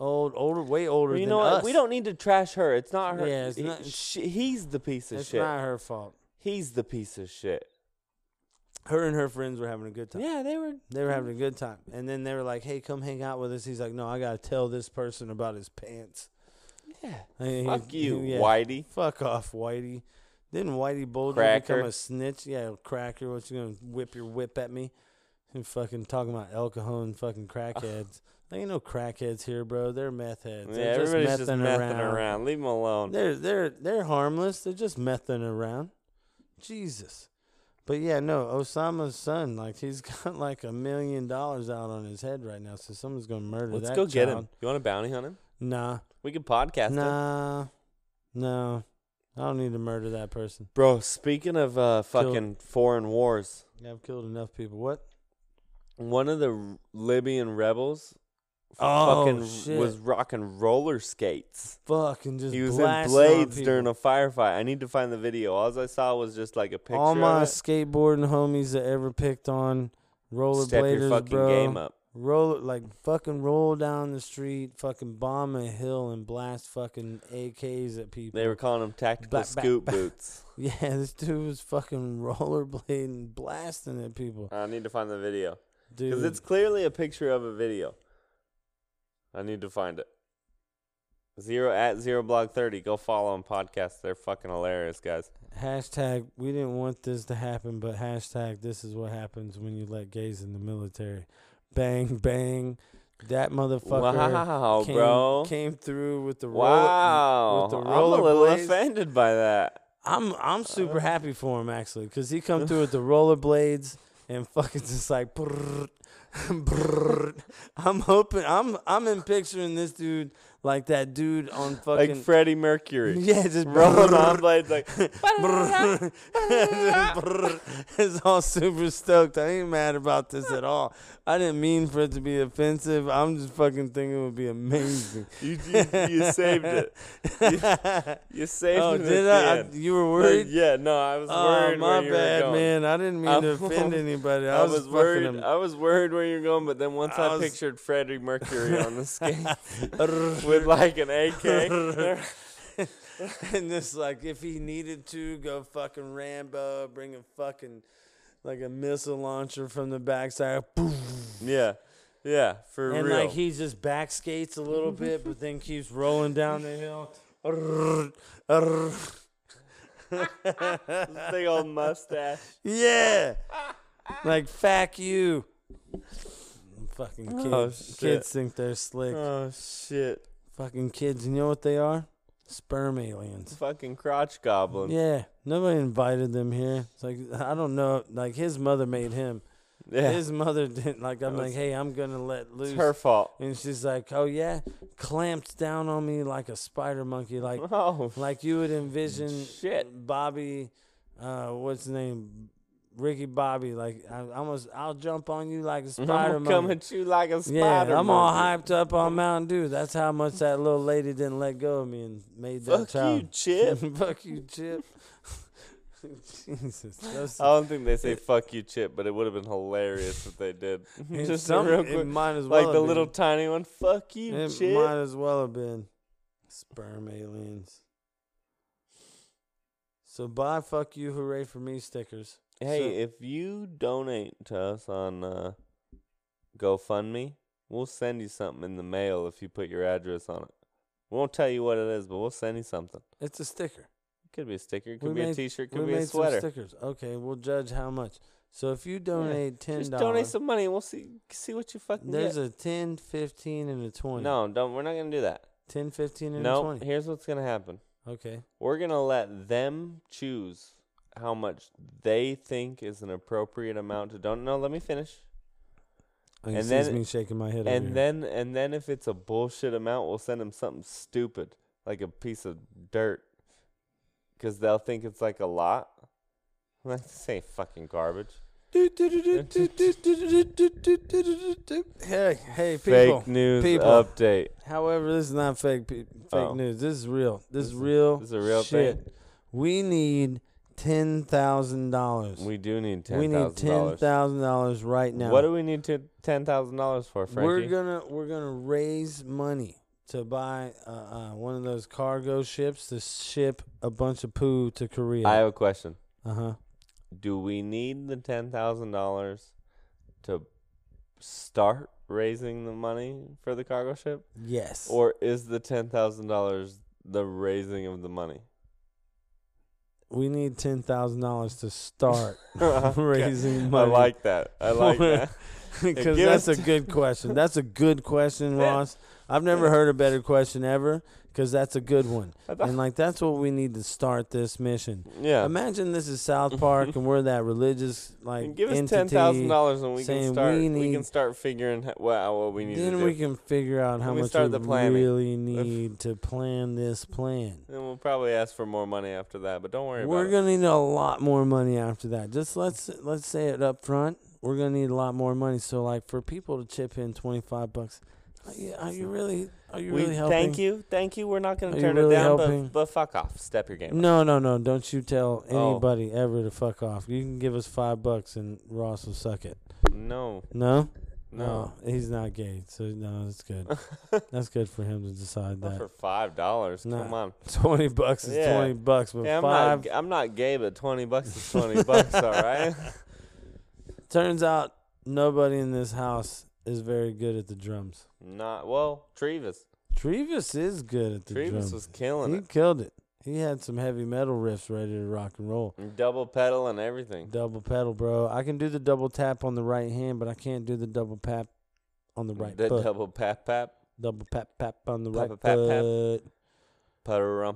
S3: Old, older, way older
S2: you
S3: than
S2: know what?
S3: us.
S2: We don't need to trash her. It's not her.
S3: Yeah, it's
S2: he-
S3: not-
S2: she- he's the piece of
S3: It's
S2: shit.
S3: not her fault.
S2: He's the piece of shit.
S3: Her and her friends were having a good time.
S2: Yeah, they were.
S3: They were having a good time. And then they were like, hey, come hang out with us. He's like, no, I got to tell this person about his pants.
S2: Yeah.
S3: And he-
S2: Fuck you,
S3: yeah.
S2: Whitey.
S3: Fuck off, Whitey. Didn't Whitey Bulger
S2: Cracker.
S3: become a snitch? Yeah, cracker. What you going to whip your whip at me? And fucking talking about El Cajon fucking crackheads. there ain't no crackheads here, bro. They're meth heads.
S2: yeah,
S3: They're just
S2: everybody's
S3: messing
S2: just messing around. Leave him alone.
S3: They're they're they're harmless. They're just messing around. Jesus. But yeah, no, Osama's son, like he's got like a million dollars out on his head right now, so someone's gonna murder
S2: Let's
S3: that
S2: go get
S3: child.
S2: him. You want a bounty on him?
S3: Nah,
S2: We could podcast him.
S3: nah, no. I don't need to murder that person.
S2: Bro, speaking of uh,
S3: Kill-
S2: fucking foreign wars,
S3: Yeah, I've killed enough people. What?
S2: one of the r- Libyan rebels
S3: Oh,
S2: fucking
S3: shit.
S2: was rocking roller skates.
S3: Fucking just
S2: He was in
S3: blasting on
S2: blades
S3: people.
S2: during a firefight. I need to find the video. All I saw was just like a picture.
S3: All my
S2: of it.
S3: skateboarding homies that ever picked
S2: Step
S3: on
S2: your
S3: rollerbladers,
S2: fucking
S3: bro.
S2: game up.
S3: roll like fucking roll down the street, fucking bomb a hill and blast fucking AKs at people.
S2: They were calling them tactical
S3: Black- black-
S2: scoop
S3: black.
S2: boots.
S3: yeah, this dude was fucking rollerblading, blasting at people,
S2: I need to find the video because
S3: dude.
S2: it's clearly a picture of a video. I need to find it. Zero at zero blog thirty. Go follow them podcast. They're fucking hilarious, guys.
S3: Hashtag we didn't want this to happen, but hashtag this is what happens when you let gays in the military. Bang bang. That motherfucker
S2: wow, Oh,
S3: came,
S2: bro.
S3: came through with the roll.
S2: wow.
S3: with the
S2: I'm a little Uh-huh.
S3: rollerblades.
S2: offended by that.
S3: I'm I'm super happy for him actually, cause he come through with the rollerblades and fucking just like. brrrt, brrrt. I'm hoping I'm I'm in picturing this dude like that dude on
S2: Like
S3: fucking
S2: Freddie Mercury.
S3: yeah just
S2: Rolling
S3: brrrt.
S2: on blades like
S3: Brrr. Brrr. it's all super stoked. I ain't mad about this at all. I didn't mean for it to be offensive. I'm just fucking thinking it would be amazing.
S2: you, you, you saved it. You saved
S3: oh,
S2: it. at
S3: did
S2: the
S3: I? I?
S2: end.
S3: You were
S2: Like,
S3: worried?
S2: yeah, no, I was
S3: Oh,
S2: worried.
S3: my
S2: where you were
S3: bad,
S2: going.
S3: man. I didn't mean to
S2: I'm-
S3: offend anybody. I,
S2: I
S3: was,
S2: was
S3: fucking
S2: worried.
S3: him.
S2: I was worried where you're going, but then once
S3: I
S2: I,
S3: was-
S2: pictured Freddie Mercury on the skate with like an AK,
S3: and just like if he needed to go fucking Rambo, bring a fucking like a missile launcher from the backside, poof,
S2: yeah, yeah, for
S3: and
S2: real.
S3: like he just back skates a little bit, but then keeps rolling down the hill.
S2: big old mustache.
S3: yeah, like fuck you. Fucking kids,
S2: Oh, shit.
S3: kids think they're slick.
S2: Oh shit!
S3: Fucking kids, you know what they are? Sperm aliens.
S2: Fucking crotch goblin. Yeah,
S3: Yeah, nobody invited them here. It's like I don't know. Like his mother made him. His mother didn't. Like I'm
S2: That
S3: like,
S2: was-
S3: hey, I'm gonna let
S2: it's
S3: loose.
S2: her fault.
S3: and she's like, oh yeah, clamped down on me like a spider monkey, like
S2: Oh
S3: like you would envision.
S2: Shit.
S3: Bobby, uh, what's his name? Ricky Bobby. Like I I almost, I'll jump on you like a
S2: I'm
S3: spider
S2: gonna come
S3: monkey.
S2: at you like a spider.
S3: Yeah, I'm all
S2: monkey.
S3: hyped up on Mountain Dew. That's how much that little lady didn't let go of me and made that
S2: Fuck
S3: child.
S2: you, Chip.
S3: fuck you, Chip. Jesus. That's,
S2: I don't think they say "fuck you, Chip," but it would have been hilarious if they did.
S3: it
S2: Just
S3: some-
S2: real
S3: It
S2: quick,
S3: might as well
S2: like the
S3: have
S2: little
S3: been.
S2: tiny one. Fuck you,
S3: It
S2: Chip.
S3: might as well have been sperm aliens. So buy "fuck you, hooray for me" stickers.
S2: Hey,
S3: So-
S2: if you donate to us on uh, GoFundMe, we'll send you something in the mail if you put your address on it. We won't tell you what it is, but we'll send you something.
S3: It's a sticker.
S2: It could be a sticker, it
S3: We
S2: could be a
S3: made-
S2: T-shirt, it
S3: we
S2: could be a
S3: made some
S2: sweater.
S3: stickers. Okay, we'll judge how much. So if you donate ten
S2: Just donate
S3: dollars,
S2: some money, and we'll see see what you fucking
S3: there's
S2: get.
S3: a 10, 15, and a twenty.
S2: no, don't. We're not gonna do that.
S3: 10, 15, and a
S2: No,
S3: twenty.
S2: here's what's gonna happen.
S3: Okay.
S2: We're gonna let them choose how much they think is an appropriate amount to donate. No, let me finish.
S3: And,
S2: And
S3: Oh, sees
S2: then-
S3: me shaking my head. over
S2: and
S3: here.
S2: then and then if it's a bullshit amount, we'll send them something stupid like a piece of dirt, because they'll think it's like a lot. I'm Like this ain't fucking garbage.
S3: hey, hey, people.
S2: Fake news
S3: people.
S2: update.
S3: However, this is not fake pe- fake
S2: Oh.
S3: news. This is real. This,
S2: This
S3: is
S2: is-
S3: real.
S2: this is a real
S3: shit. We need ten thousand dollars.
S2: We do need
S3: We
S2: ten
S3: need
S2: thousand
S3: ten
S2: dollars.
S3: thousand dollars right now.
S2: What do we need to ten thousand dollars for,
S3: we're
S2: Frankie?
S3: gonna we're gonna raise money to buy uh, uh, one of those cargo ships to ship a bunch of poo to Korea.
S2: I have a question.
S3: uh huh.
S2: Do we need the ten thousand dollars to start raising the money for the cargo ship?
S3: Yes.
S2: Or is the ten thousand dollars the raising of the money?
S3: we need ten thousand dollars to start
S2: Okay.
S3: raising money.
S2: I like that. I like
S3: For-
S2: that.
S3: Because
S2: give
S3: that's a
S2: us-
S3: good question. That's a good question,
S2: Yeah.
S3: Ross. I've never heard a better question ever. Because that's a good one.
S2: I thought-
S3: And like that's what we need to start this mission.
S2: yeah. Mm-hmm.
S3: Imagine this is South Park and we're that religious like
S2: And give us ten
S3: entity.
S2: thousand dollars and we
S3: saying
S2: can start.
S3: we
S2: We,
S3: need-
S2: can start figuring ho- what what we need
S3: Then
S2: to
S3: we
S2: do.
S3: can figure out how
S2: Then we
S3: much
S2: start
S3: we
S2: the planning.
S3: really need to plan this plan.
S2: And we'll probably ask for more money after that. But don't worry
S3: We're
S2: about
S3: gonna need a lot more money after that. Just let's let's say it up front. We're gonna need a lot more money. So like for people to chip in twenty five bucks, are you, are you really are
S2: it.
S3: you
S2: We
S3: really helping?
S2: thank you, thank you. We're not going
S3: Are
S2: to
S3: you
S2: turn
S3: really
S2: it down,
S3: helping?
S2: but but fuck off. Step your game.
S3: No, no, no! Don't you tell
S2: Oh.
S3: anybody ever to fuck off. You can give us five bucks and Ross will suck it.
S2: No,
S3: No,
S2: no,
S3: Oh, he's not gay, so no, that's good. that's good for him to decide
S2: not
S3: that.
S2: for five dollars.
S3: No.
S2: Come on.
S3: Twenty bucks is
S2: Yeah.
S3: twenty bucks, but
S2: Yeah, I'm
S3: five
S2: not. I'm not gay, but twenty bucks is twenty bucks. All right.
S3: Turns out nobody in this house is very good at the drums.
S2: Not well. Trevis.
S3: Trevis is good at the
S2: Trevis
S3: drum.
S2: was killing
S3: he
S2: it.
S3: killed it. He had some heavy metal riffs ready to rock and roll.
S2: Double pedal and everything.
S3: Double pedal, bro. I can do the double tap on the right hand, but I can't do the double pap on the right
S2: The
S3: foot.
S2: double pap pap.
S3: double pap pap on the
S2: Pap,
S3: right
S2: pap, pap.
S3: foot.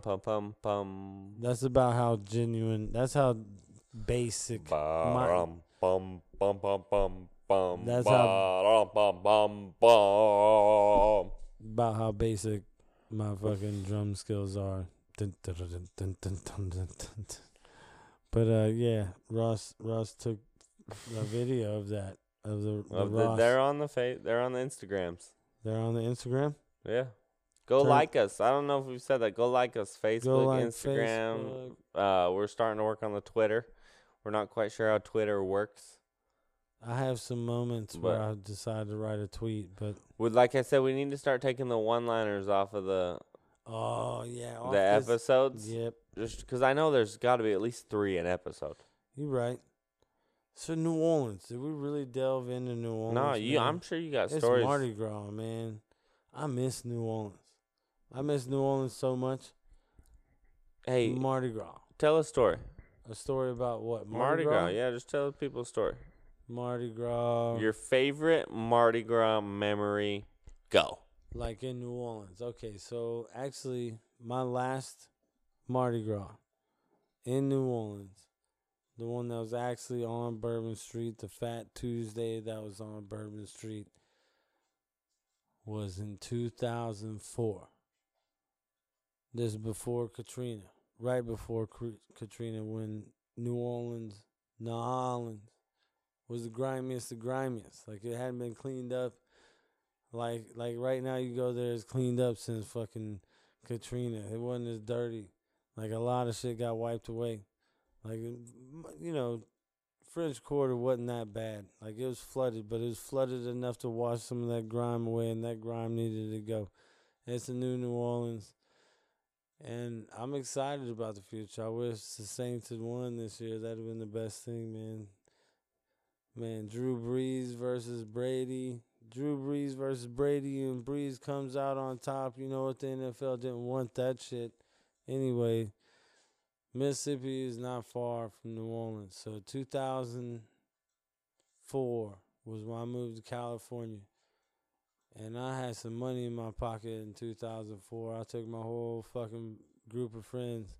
S2: Pum pum pum.
S3: That's about how genuine. That's how basic.
S2: Ba-rum, bum bum bum bum bum.
S3: That's
S2: Ba-rum, bum bum bum.
S3: About how basic my fucking drum skills are. Dun, dun, dun, dun, dun, dun, dun, dun, dun, dun. But uh, yeah, Ross Ross took a video of that of the, the
S2: Of the-
S3: Ross.
S2: they're on the fa- they're on the Instagrams.
S3: they're on the Instagram.
S2: Yeah. Go
S3: Turn-
S2: like us. I don't know if we've said that. Go like us. Facebook,
S3: Go like
S2: Instagram.
S3: Facebook.
S2: Uh, we're starting to work on the Twitter. We're not quite sure how Twitter works.
S3: I have some moments where
S2: But-
S3: I decide to write a tweet, but
S2: Would like I said, we need to start taking the one-liners off of the
S3: oh yeah, off
S2: the
S3: this-
S2: episodes.
S3: Yep,
S2: Just because I know there's got to be at least three an episode.
S3: you're right. So New Orleans, did we really delve into New Orleans?
S2: no, you.
S3: man?
S2: I'm sure you got
S3: it's
S2: stories.
S3: Mardi Gras, man. I miss New Orleans. I miss New Orleans so much.
S2: Hey,
S3: Mardi Gras.
S2: tell a story.
S3: A story about what?
S2: Mardi Gras. Yeah, just tell people a story.
S3: Mardi Gras.
S2: Your favorite Mardi Gras memory. Go.
S3: like in New Orleans. Okay, so actually, my last Mardi Gras in New Orleans, the one that was actually on Bourbon Street, the Fat Tuesday that was on Bourbon Street, was in 2004. This is before Katrina, right before Cr- Katrina, when New Orleans, New Orleans, was the grimiest of grimiest. Like it hadn't been cleaned up like like right now you go there it's cleaned up since fucking Katrina. It wasn't as dirty. Like a lot of shit got wiped away. Like m- you know, French Quarter wasn't that bad. Like it was flooded, but it was flooded enough to wash some of that grime away, and that grime needed to go. It's a new New Orleans, and I'm excited about the future. I wish the Saints had won this year. That'd have been the best thing, man. Man, Drew Brees versus Brady. Drew Brees versus Brady, and Brees comes out on top. You know what? The NFL didn't want that shit. Anyway, Mississippi is not far from New Orleans. So 2004 was when I moved to California. And I had some money in my pocket in 2004. I took my whole fucking group of friends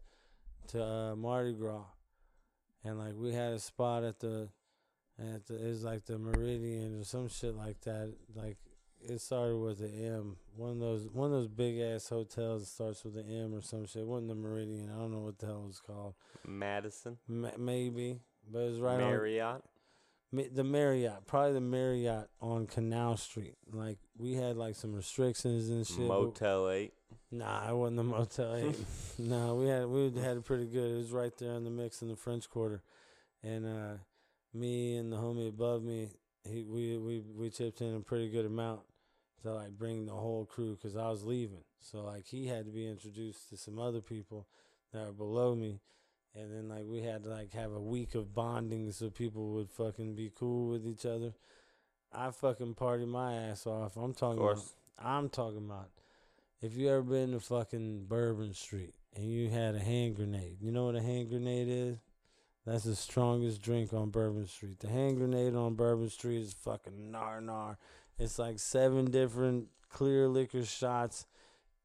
S3: to uh, Mardi Gras. And like we had a spot at the and at the, it was like the Meridian or some shit like that. Like it started with the M. One of those one of those big ass hotels that starts with the M or some shit. It wasn't the Meridian. I don't know what the hell it was called.
S2: Madison.
S3: Ma maybe, but it was right on
S2: Marriott.
S3: Ma- the Marriott, probably the Marriott on Canal Street. Like we had like some restrictions and shit. but-
S2: Motel 8.
S3: Nah, it wasn't a Motel Eight. no, we had we had it pretty good. It was right there in the mix in the French Quarter, and uh, me and the homie above me, he we we we chipped in a pretty good amount to like bring the whole crew because I was leaving. So like he had to be introduced to some other people that were below me, and then like we had to like have a week of bonding so people would fucking be cool with each other. I fucking party my ass off. I'm
S2: Of
S3: talking. about-
S2: course.
S3: I'm talking about if you ever been to fucking Bourbon Street and you had a hand grenade. You know what a hand grenade is? That's the strongest drink on Bourbon Street. The hand grenade on Bourbon Street is fucking nar nar. It's like seven different clear liquor shots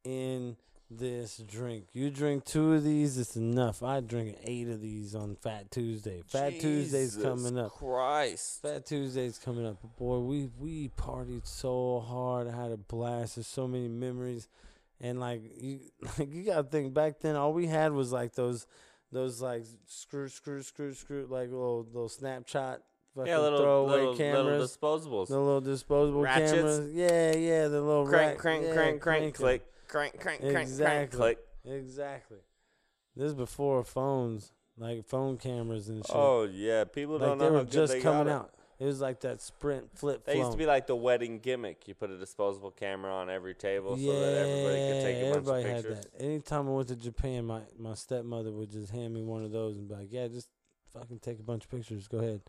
S3: in this drink. You drink two of these, it's enough. I drink eight of these on Fat Tuesday. Fat Tuesday's
S2: Jesus
S3: coming up.
S2: Christ.
S3: Fat Tuesday's coming up. But Boy, we we partied so hard. I had a blast. There's so many memories. And like you like you gotta think back then all we had was like those those like screw screw screw screw like little little snapshot fucking
S2: yeah, little,
S3: throwaway
S2: little, little
S3: cameras.
S2: disposables.
S3: the little disposable
S2: Ratchets.
S3: cameras. Yeah, yeah, the little
S2: crank,
S3: rack-
S2: crank,
S3: yeah,
S2: crank, crank,
S3: cranking.
S2: click. Crank, crank, crank, crank,
S3: Exactly.
S2: click.
S3: Exactly. This is before phones, like phone cameras and shit.
S2: Oh, yeah. People
S3: like
S2: don't know
S3: they
S2: how
S3: were
S2: good
S3: just
S2: they got
S3: coming
S2: it.
S3: out. It was like that sprint flip.
S2: They used
S3: phone.
S2: to be like the wedding gimmick. You put a disposable camera on every table so that everybody could take a bunch of
S3: everybody had
S2: pictures.
S3: that. Anytime I went to Japan, my, my stepmother would just hand me one of those and be like, "Yeah, just fucking take a bunch of pictures. Go ahead."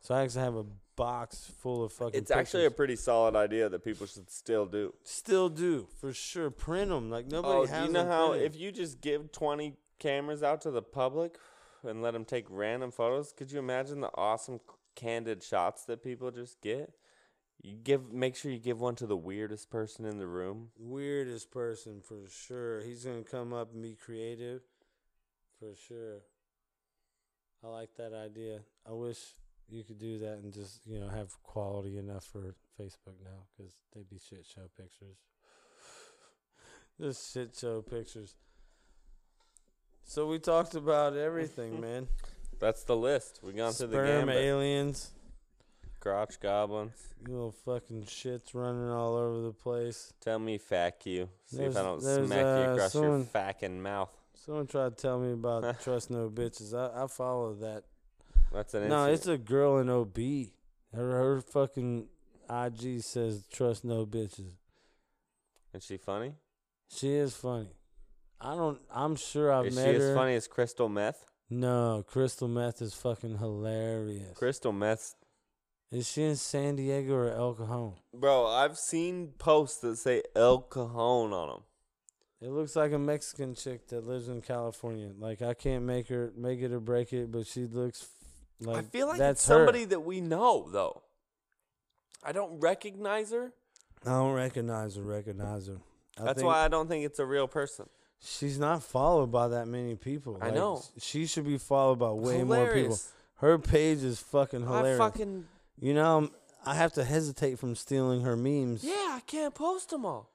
S3: So I actually have a box full of fucking.
S2: It's actually a
S3: pictures.
S2: pretty solid idea that people should still do.
S3: still do for sure. Print them like nobody
S2: Oh, do
S3: has.
S2: you know
S3: them
S2: how
S3: printed.
S2: if you just give 20 cameras out to the public and let them take random photos, could you imagine the awesome c- candid shots that people just get? You give make sure you give one to the weirdest person in the room.
S3: weirdest person for sure. He's gonna come up and be creative for sure. I like that idea. I wish you could do that and just you know have quality enough for Facebook now because they be shit show pictures. just shit show pictures. So we talked about everything, man.
S2: That's the list. We gone through the
S3: Sperm
S2: gambit.
S3: aliens,
S2: Crotch goblins.
S3: you little fucking shits running all over the place.
S2: Tell me fack you. See if I
S3: There's-
S2: don't
S3: there's,
S2: smack you
S3: uh,
S2: across your
S3: someone-
S2: fucking mouth.
S3: Someone tried to tell me about trust no bitches. I, I follow that
S2: That's an
S3: No,
S2: insult.
S3: it's a girl in OB. Her, her fucking IG says trust no bitches.
S2: Is she funny?
S3: She is funny. I don't. I'm sure I've
S2: Is she
S3: met her.
S2: as funny as crystal meth?
S3: No, crystal meth is fucking hilarious.
S2: Crystal meth
S3: is she in San Diego or El Cajon?
S2: Bro, I've seen posts that say El Cajon on them.
S3: It looks like a Mexican chick that lives in California. Like I can't make her make it or break it, but she looks f- like
S2: I feel like
S3: that's
S2: that's
S3: her.
S2: somebody that we know, though. I don't recognize her.
S3: I don't recognize her. Recognize her. I
S2: that's
S3: think-
S2: why I don't think it's a real person.
S3: She's not followed by that many people.
S2: I know.
S3: She should be followed by way more people.
S2: Hilarious.
S3: Her page is fucking hilarious.
S2: I fucking
S3: you know, I'm- i have to hesitate from stealing her memes.
S2: yeah, I can't post them all.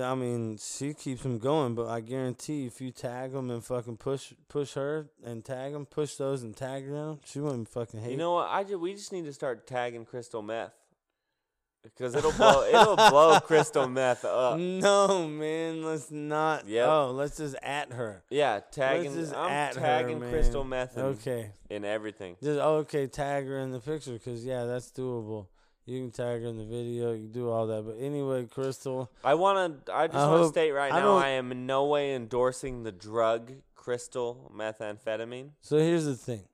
S3: I mean, she keeps them going, but I guarantee if you tag them and fucking push push her and tag them, push those and tag them, she wouldn't fucking hate.
S2: You know what? I ju- we just need to start tagging crystal meth because it'll blow it'll blow crystal meth up.
S3: no, man, let's not.
S2: Yep.
S3: Oh, let's just at her.
S2: Yeah,
S3: Let's
S2: tagging.
S3: just
S2: I'm
S3: at her,
S2: tagging
S3: man.
S2: crystal meth in,
S3: Okay,
S2: in everything.
S3: Just okay, tag her in the picture because yeah, that's doable. You can tag her in the video. You can do all that. But anyway, Crystal,
S2: I want to. I just
S3: I
S2: want to
S3: hope-
S2: state right
S3: I
S2: now,
S3: don't-
S2: I am in no way endorsing the drug crystal methamphetamine.
S3: so here's the thing,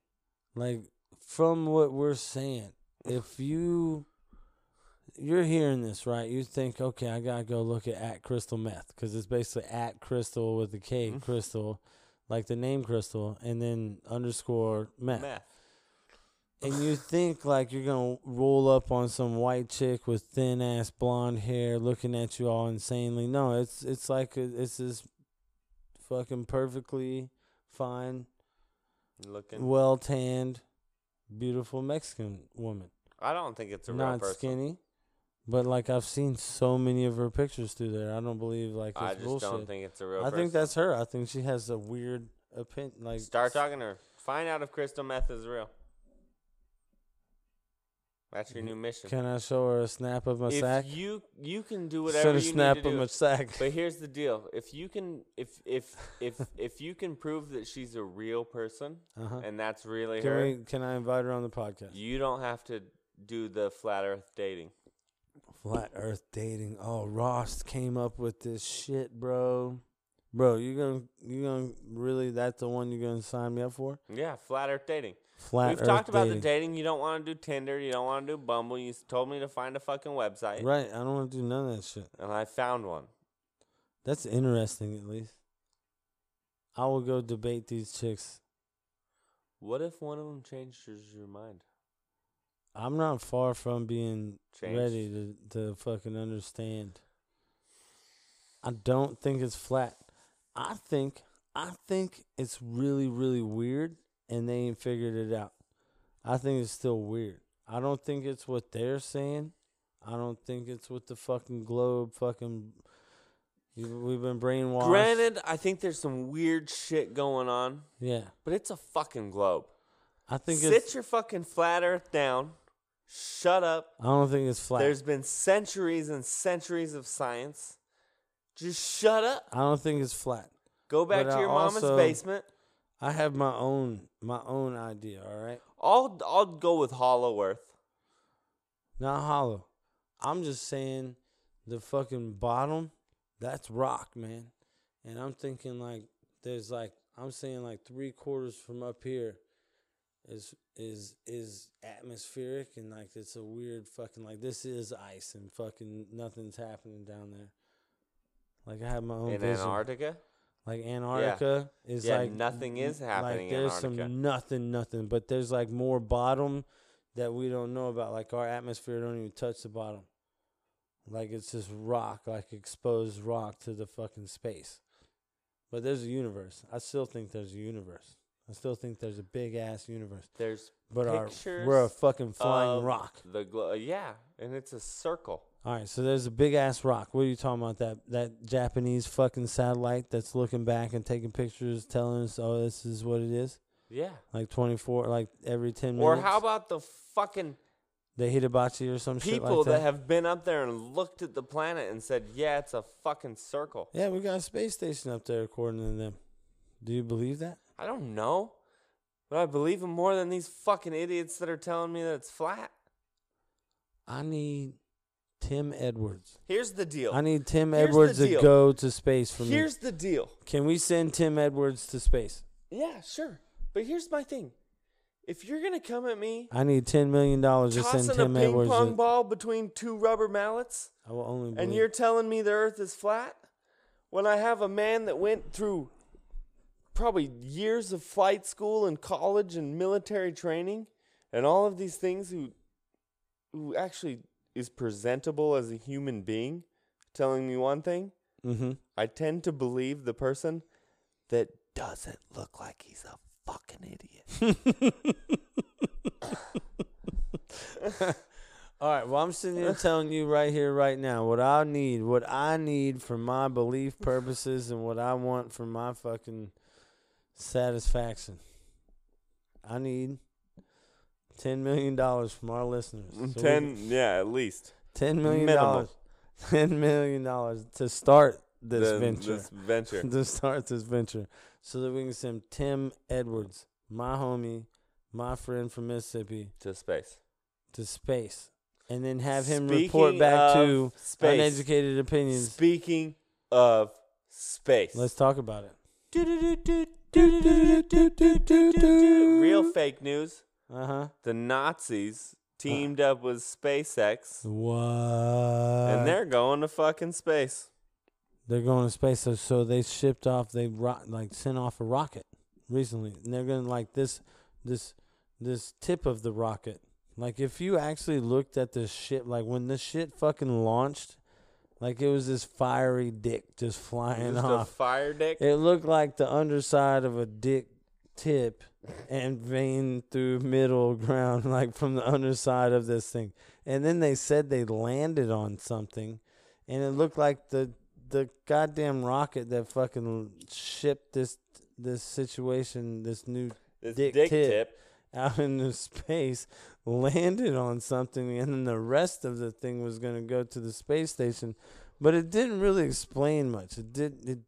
S3: like from what we're saying, if you you're hearing this right, you think okay, I gotta go look at at Crystal Meth because it's basically at Crystal with the K Crystal, like the name Crystal, and then underscore Meth.
S2: Meth.
S3: and you think like you're gonna roll up on some white chick with thin ass blonde hair looking at you all insanely. No, it's it's like a, it's this fucking perfectly fine,
S2: Looking.
S3: well tanned, beautiful Mexican woman.
S2: I don't think it's a real
S3: Not
S2: person.
S3: skinny, but like I've seen so many of her pictures through there. I don't believe like it's
S2: I just
S3: bullshit.
S2: don't think it's a real.
S3: I think that's her. I think she has a weird opinion. Like
S2: Start talking to her. Find out if crystal meth is real. That's your new mission.
S3: Can I show her a snap of my
S2: if
S3: sack?
S2: you you can do
S3: Send
S2: whatever
S3: a
S2: you
S3: snap
S2: need to
S3: of
S2: do.
S3: my sack.
S2: But here's the deal: if you can, if if if if you can prove that she's a real person,
S3: Uh-huh.
S2: and that's really
S3: Can
S2: her,
S3: we? Can I invite her on the podcast?
S2: You don't have to do the flat earth dating.
S3: Flat Earth dating. Oh, Ross came up with this shit, bro. Bro, you gonna you gonna really that's the one you're gonna sign me up for?
S2: Yeah, flat earth dating.
S3: Flat
S2: We've
S3: Earth
S2: talked about
S3: dating.
S2: the dating. You don't want to do Tinder. You don't want to do Bumble. You s- told me to find a fucking website,
S3: Right, I don't want to do none of that shit.
S2: and I found one.
S3: That's interesting, at least. I will go debate these chicks.
S2: What if one of them changes your mind?
S3: I'm not far from being
S2: Changed.
S3: ready to to fucking understand. I don't think it's flat. I think I think it's really really weird, and they ain't figured it out. I think it's still weird. I don't think it's what they're saying. I don't think it's what the fucking globe fucking. you- We've been brainwashed.
S2: Granted, I think there's some weird shit going on,
S3: yeah,
S2: but it's a fucking globe.
S3: I think it's.
S2: Sit your fucking flat earth down. Shut up.
S3: I don't think it's flat.
S2: There's been centuries and centuries of science. Just shut up.
S3: I don't think it's flat.
S2: Go back
S3: But
S2: to
S3: I
S2: your mama's
S3: also-
S2: basement.
S3: I have my own my own idea. All right.
S2: I'll I'll go with Hollow Earth.
S3: Not hollow. I'm just saying the fucking bottom, that's rock, man. And I'm thinking like there's like I'm saying like three quarters from up here is is is atmospheric and like it's a weird fucking like this is ice and fucking nothing's happening down there. Like I have my own
S2: In
S3: vision.
S2: Antarctica?
S3: like Antarctica is
S2: yeah,
S3: like
S2: nothing is happening
S3: like there's
S2: in Antarctica.
S3: some nothing, nothing, but there's like more bottom that we don't know about. Like our atmosphere don't even touch the bottom. Like it's just rock, like exposed rock to the fucking space. But there's a universe. I still think there's a universe. I still think there's a big ass universe.
S2: there's
S3: But our,
S2: pictures
S3: we're a fucking flying
S2: of
S3: rock.
S2: the glo- yeah, and it's a circle.
S3: All right, so there's a big ass rock. What are you talking about? That that Japanese fucking satellite that's looking back and taking pictures, telling us, "Oh, this is what it is."
S2: Yeah.
S3: Like 24, like every 10 minutes.
S2: Or how about the fucking
S3: the hibachi or some shit
S2: people
S3: like that.
S2: that. have been up there and looked at the planet and said, "Yeah, it's a fucking circle."
S3: yeah, we got a space station up there, according to them. Do you believe that?
S2: I don't know, but I believe them more than these fucking idiots that are telling me that it's flat.
S3: I need Tim Edwards.
S2: Here's the deal.
S3: I need Tim
S2: Here's the
S3: Edwards to
S2: deal.
S3: go to space for me.
S2: Here's the deal.
S3: Can we send Tim Edwards to space?
S2: Yeah, sure. But here's my thing. If you're gonna come at me
S3: I need ten million dollars to send
S2: tossing a
S3: Tim
S2: ping
S3: Edwards.
S2: pong
S3: to-
S2: ball between two rubber mallets,
S3: I will only. Believe.
S2: and you're telling me the Earth is flat, when I have a man that went through probably years of flight school and college and military training and all of these things, who who actually is presentable as a human being, telling me one thing,
S3: Mm-hmm.
S2: I tend to believe the person that doesn't look like he's a fucking idiot.
S3: All right. Well, I'm sitting here telling you right here, right now, what I need, what I need for my belief purposes, and what I want for my fucking satisfaction. I need ten million dollars from our listeners. So we-
S2: Ten, yeah, at least
S3: ten million dollars.
S2: minimal.
S3: Ten million dollars to start this
S2: The-
S3: venture.
S2: This venture.
S3: to start this venture, so that we can send Tim Edwards, my homie, my friend from Mississippi,
S2: to space.
S3: to space, and then have him report
S2: Speaking
S3: back to
S2: of space.
S3: uneducated opinions.
S2: Speaking of space,
S3: Let's talk about it.
S2: real fake news.
S3: Uh huh.
S2: The Nazis teamed up with SpaceX,
S3: What?
S2: and they're going to fucking space.
S3: they're going to space. So, so they shipped off. They ro- like sent off a rocket recently, and they're gonna like this, this, this tip of the rocket. Like if you actually looked at this shit, like when this shit fucking launched, like it was this fiery dick just flying
S2: Just a
S3: off.
S2: fire dick.
S3: It looked like the underside of a dick tip and vein through middle ground, like from the underside of this thing. And then they said they landed on something, and it looked like the the goddamn rocket that fucking shipped this this situation, this new
S2: This
S3: dick
S2: dick,
S3: tip.
S2: tip.
S3: out into space, landed on something, and then the rest of the thing was going to go to the space station. But it didn't really explain much. It did. It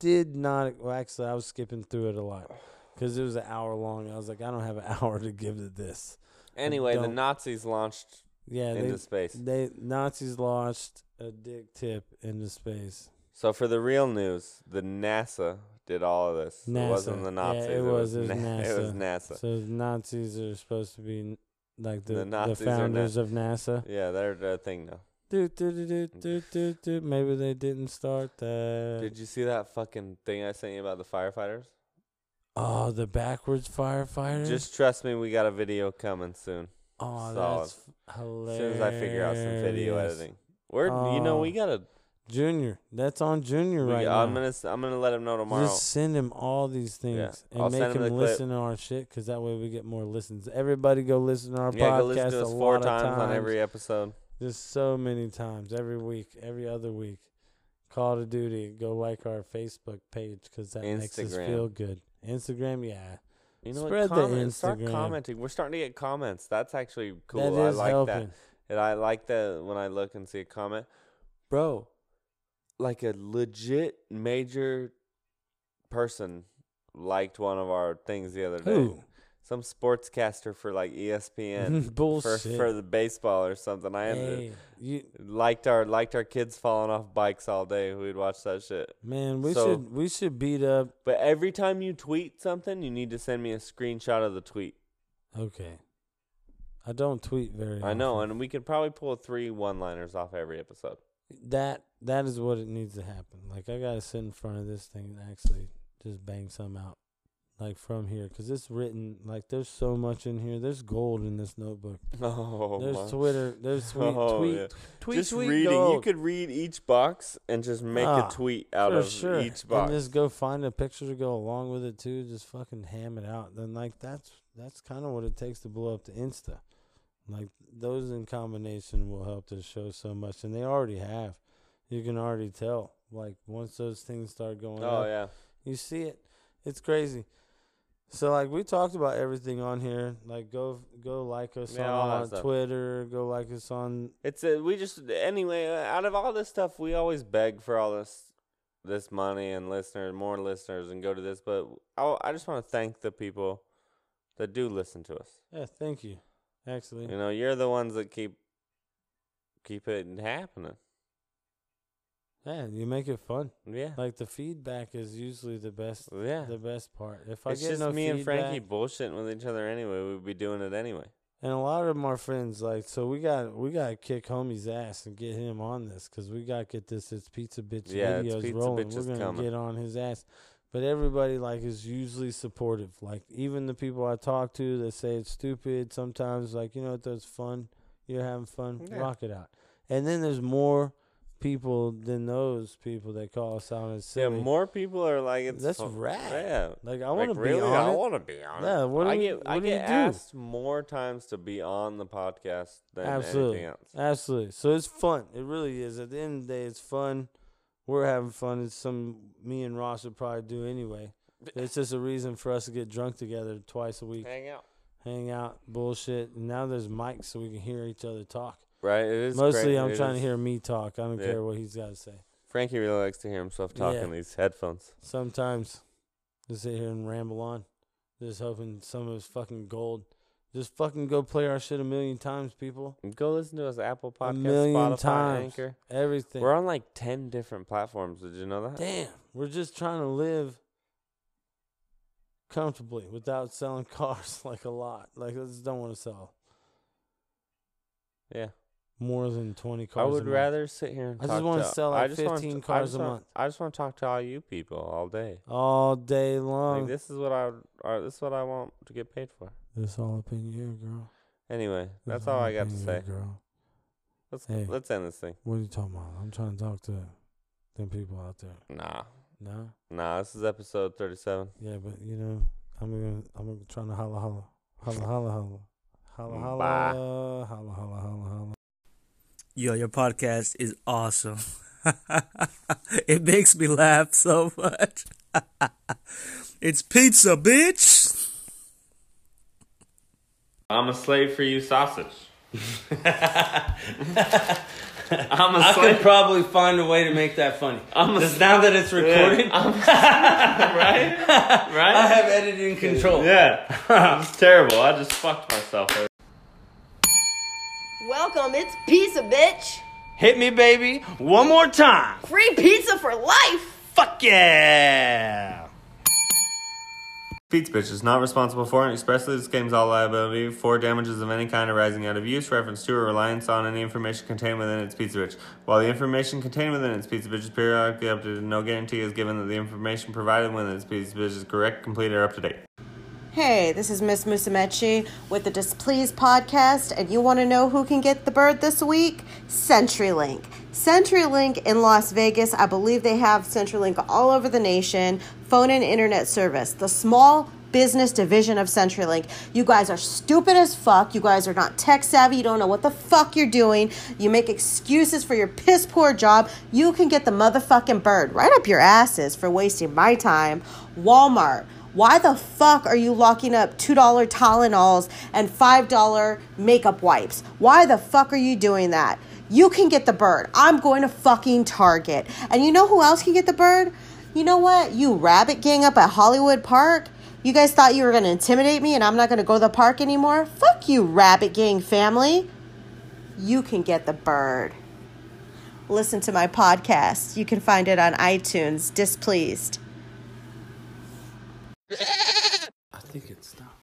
S3: did not. Well, actually, I was skipping through it a lot because it was an hour long. I was like, I don't have an hour to give to this.
S2: Anyway, the
S3: Don't-
S2: Nazis launched
S3: Yeah,
S2: into
S3: they
S2: space.
S3: they Nazis launched a dick tip into space.
S2: So for the real news, the NASA did all of this. It
S3: NASA.
S2: wasn't the
S3: Yeah,
S2: Nazis.
S3: it was- it was
S2: Na- It was NASA.
S3: So the Nazis are supposed to be like the
S2: The
S3: the,
S2: Nazis are na-
S3: founders of NASA.
S2: Yeah, they're the thing now.
S3: Do, do, do, do, do, do, do. Maybe they didn't start that.
S2: Did you see that fucking thing I sent you about the firefighters?
S3: Oh, the backwards firefighter.
S2: Just trust me, we got a video coming soon.
S3: oh,
S2: solid.
S3: that's f-
S2: As
S3: hilarious.
S2: soon as I figure out some video editing, we're you know we
S3: Oh,
S2: gotta.
S3: Junior, that's on Junior
S2: we-
S3: right now.
S2: I'm gonna s- I'm gonna let him know tomorrow.
S3: Just send him all these things and
S2: I'll
S3: make
S2: send him
S3: him,
S2: the clip.
S3: listen to our shit because that way we get more listens. Everybody go listen to our
S2: yeah,
S3: podcast
S2: go listen to
S3: a
S2: us four
S3: lot
S2: times,
S3: of times
S2: on every episode.
S3: Just so many times, every week, every other week. Call to Duty. Go like our Facebook page because that makes us
S2: Instagram.
S3: feel good. Instagram, yeah.
S2: You know
S3: Spread the
S2: what? Comment, start
S3: Instagram.
S2: commenting. We're starting to get comments. That's actually cool.
S3: That is
S2: I like
S3: helping.
S2: that. And I like that when I look and see a comment, bro. Like a legit major person liked one of our things the other day.
S3: Who?
S2: some sportscaster for like E ESPN for,
S3: Bullshit.
S2: for the baseball or something. I ended
S3: hey, you,
S2: liked our liked our kids falling off bikes all day. We'd watch that shit.
S3: man, we
S2: So-
S3: should we should beat up.
S2: But every time you tweet something, you need to send me a screenshot of the tweet.
S3: Okay. I don't tweet very.
S2: I know,
S3: often.
S2: and we could probably pull three one-liners off every episode.
S3: that that is what it needs to happen. Like I gotta sit in front of this thing and actually just bang some out, like from here, because it's written. Like there's so much in here. There's gold in this notebook.
S2: Oh,
S3: there's
S2: my.
S3: Twitter. There's tweet.
S2: Oh,
S3: tweet.
S2: yeah.
S3: Tweet.
S2: just
S3: tweet.
S2: reading. You
S3: gold.
S2: could read each box and just make
S3: Ah,
S2: a tweet out
S3: For
S2: of
S3: sure.
S2: each box.
S3: And just go find a picture to go along with it too. Just fucking ham it out. Then like that's that's kind of what it takes to blow up the Insta. Like those in combination will help the show so much, and they already have. You can already tell. Like once those things start going
S2: oh
S3: up,
S2: yeah,
S3: you see it. It's crazy. So like we talked about everything on here. Like go go like us
S2: Yeah, all that
S3: on
S2: stuff.
S3: Twitter. Go like us on
S2: it's a, we just anyway. uh, Out of all this stuff, we always beg for all this this money and listeners, more listeners, and go to this. But I, I just want to thank the people that do listen to us.
S3: yeah. Thank you. Actually,
S2: You know, you're the ones that keep keep it happening.
S3: yeah, you make it fun.
S2: Yeah,
S3: Like the feedback is usually the best.
S2: yeah.
S3: The best part. If I
S2: it's
S3: get
S2: just
S3: no
S2: me and Frankie
S3: feedback-
S2: bullshitting with each other anyway. We'd be doing it anyway.
S3: and a lot of my friends, like so we got we got to kick homie's ass and get him on this because we got to get this it's pizza bitch
S2: Yeah, it's
S3: videos
S2: Pizza
S3: rolling.
S2: Bitch
S3: We're
S2: is
S3: gonna
S2: coming.
S3: get on his ass. But everybody like is usually supportive. Like even the people I talk to that say it's stupid sometimes, like you know what, that's fun. You're having fun.
S2: Yeah.
S3: Rock it out. And then there's more people than those people that call us out and say
S2: Yeah, more people are like, it's
S3: That's
S2: fu-
S3: rad.
S2: Yeah,
S3: Like I want to
S2: like,
S3: be
S2: really,
S3: on
S2: I
S3: it.
S2: want to be on. it.
S3: Yeah, what do
S2: I
S3: we-
S2: get I
S3: what do you
S2: get
S3: do?
S2: asked more times to be on the podcast than
S3: Absolutely.
S2: anything else.
S3: Absolutely. So it's fun. It really is. At the end of the day, it's fun. We're having fun. It's some me and Ross would probably do anyway. It's just a reason for us to get drunk together twice a week,
S2: Hang out.
S3: hang out, bullshit. And now there's mics so we can hear each other talk.
S2: Right. It is
S3: Mostly,
S2: crazy.
S3: I'm
S2: It
S3: trying
S2: is-
S3: to hear me talk. I don't
S2: Yeah.
S3: care what he's got to say.
S2: Frankie really likes to hear himself talk
S3: Yeah.
S2: in these headphones.
S3: Sometimes just sit here and ramble on, just hoping some of it's fucking gold. Just fucking go play our shit a million times, people.
S2: Go listen to us Apple Podcast,
S3: a million
S2: Spotify,
S3: times.
S2: Anchor.
S3: Everything.
S2: We're on like ten different platforms. Did you know that?
S3: Damn, we're just trying to live comfortably without selling cars like a lot. Like I just don't want to sell
S2: Yeah.
S3: more than twenty
S2: I
S3: cars. a
S2: would
S3: month.
S2: rather sit here and
S3: I
S2: talk
S3: just wanna
S2: to-
S3: sell,
S2: I
S3: like,
S2: just wanna
S3: 15
S2: t- I
S3: cars
S2: just
S3: a
S2: wanna-
S3: month.
S2: I just want to talk to all you people all day.
S3: all day long.
S2: Like, this is what I uh, this is what I want to get paid for.
S3: It's all up in your girl.
S2: Anyway,
S3: It's
S2: that's all I
S3: up
S2: got to
S3: in
S2: say.
S3: your Girl.
S2: Let's
S3: Hey.
S2: let's end this thing.
S3: What are you talking about? I'm trying to talk to them people out there.
S2: Nah,
S3: No,
S2: nah. This is episode thirty-seven.
S3: yeah, but you know, I'm gonna I'm gonna trying to holla holla holla holla holla holla
S2: Bye.
S3: holla holla holla holla holla.
S4: Yo, your podcast is awesome. it makes me laugh so much. it's pizza, bitch.
S1: I'm a slave for you, sausage. I'm a
S5: I could
S1: slave.
S5: probably find a way to make that funny. Because now that it's recorded,
S1: right?
S5: I have editing control.
S1: Yeah, it's terrible. I just fucked myself.
S6: Welcome, it's Pizza Bitch.
S5: Hit me, baby, one more time.
S6: Free pizza for life.
S5: Fuck yeah.
S2: Beats Bitch is not responsible for and expressly disclaims all liability for damages of any kind arising out of use, reference to, or reliance on any information contained within its Pizza Bitch. While the information contained within its Pizza Bitch is periodically updated, no guarantee is given that the information provided within its Pizza Bitch is correct, complete, or up to date.
S7: Hey, this is Miss Musumeci with the Displeased podcast, and you want to know who can get the bird this week? CenturyLink. CenturyLink in Las Vegas, I believe they have CenturyLink all over the nation, phone and internet service. The small business division of CenturyLink. You guys are stupid as fuck. You guys are not tech savvy. You don't know what the fuck you're doing. You make excuses for your piss poor job. You can get the motherfucking bird right up your asses for wasting my time. Walmart. Why the fuck are you locking up $2 Tylenols and $5 makeup wipes? Why the fuck are you doing that? You can get the bird. I'm going to fucking Target. And you know who else can get the bird? You know what? You rabbit gang up at Hollywood Park. You guys thought you were going to intimidate me and I'm not going to go to the park anymore? Fuck you, rabbit gang family. You can get the bird. Listen to my podcast. You can find it on iTunes. Displeased.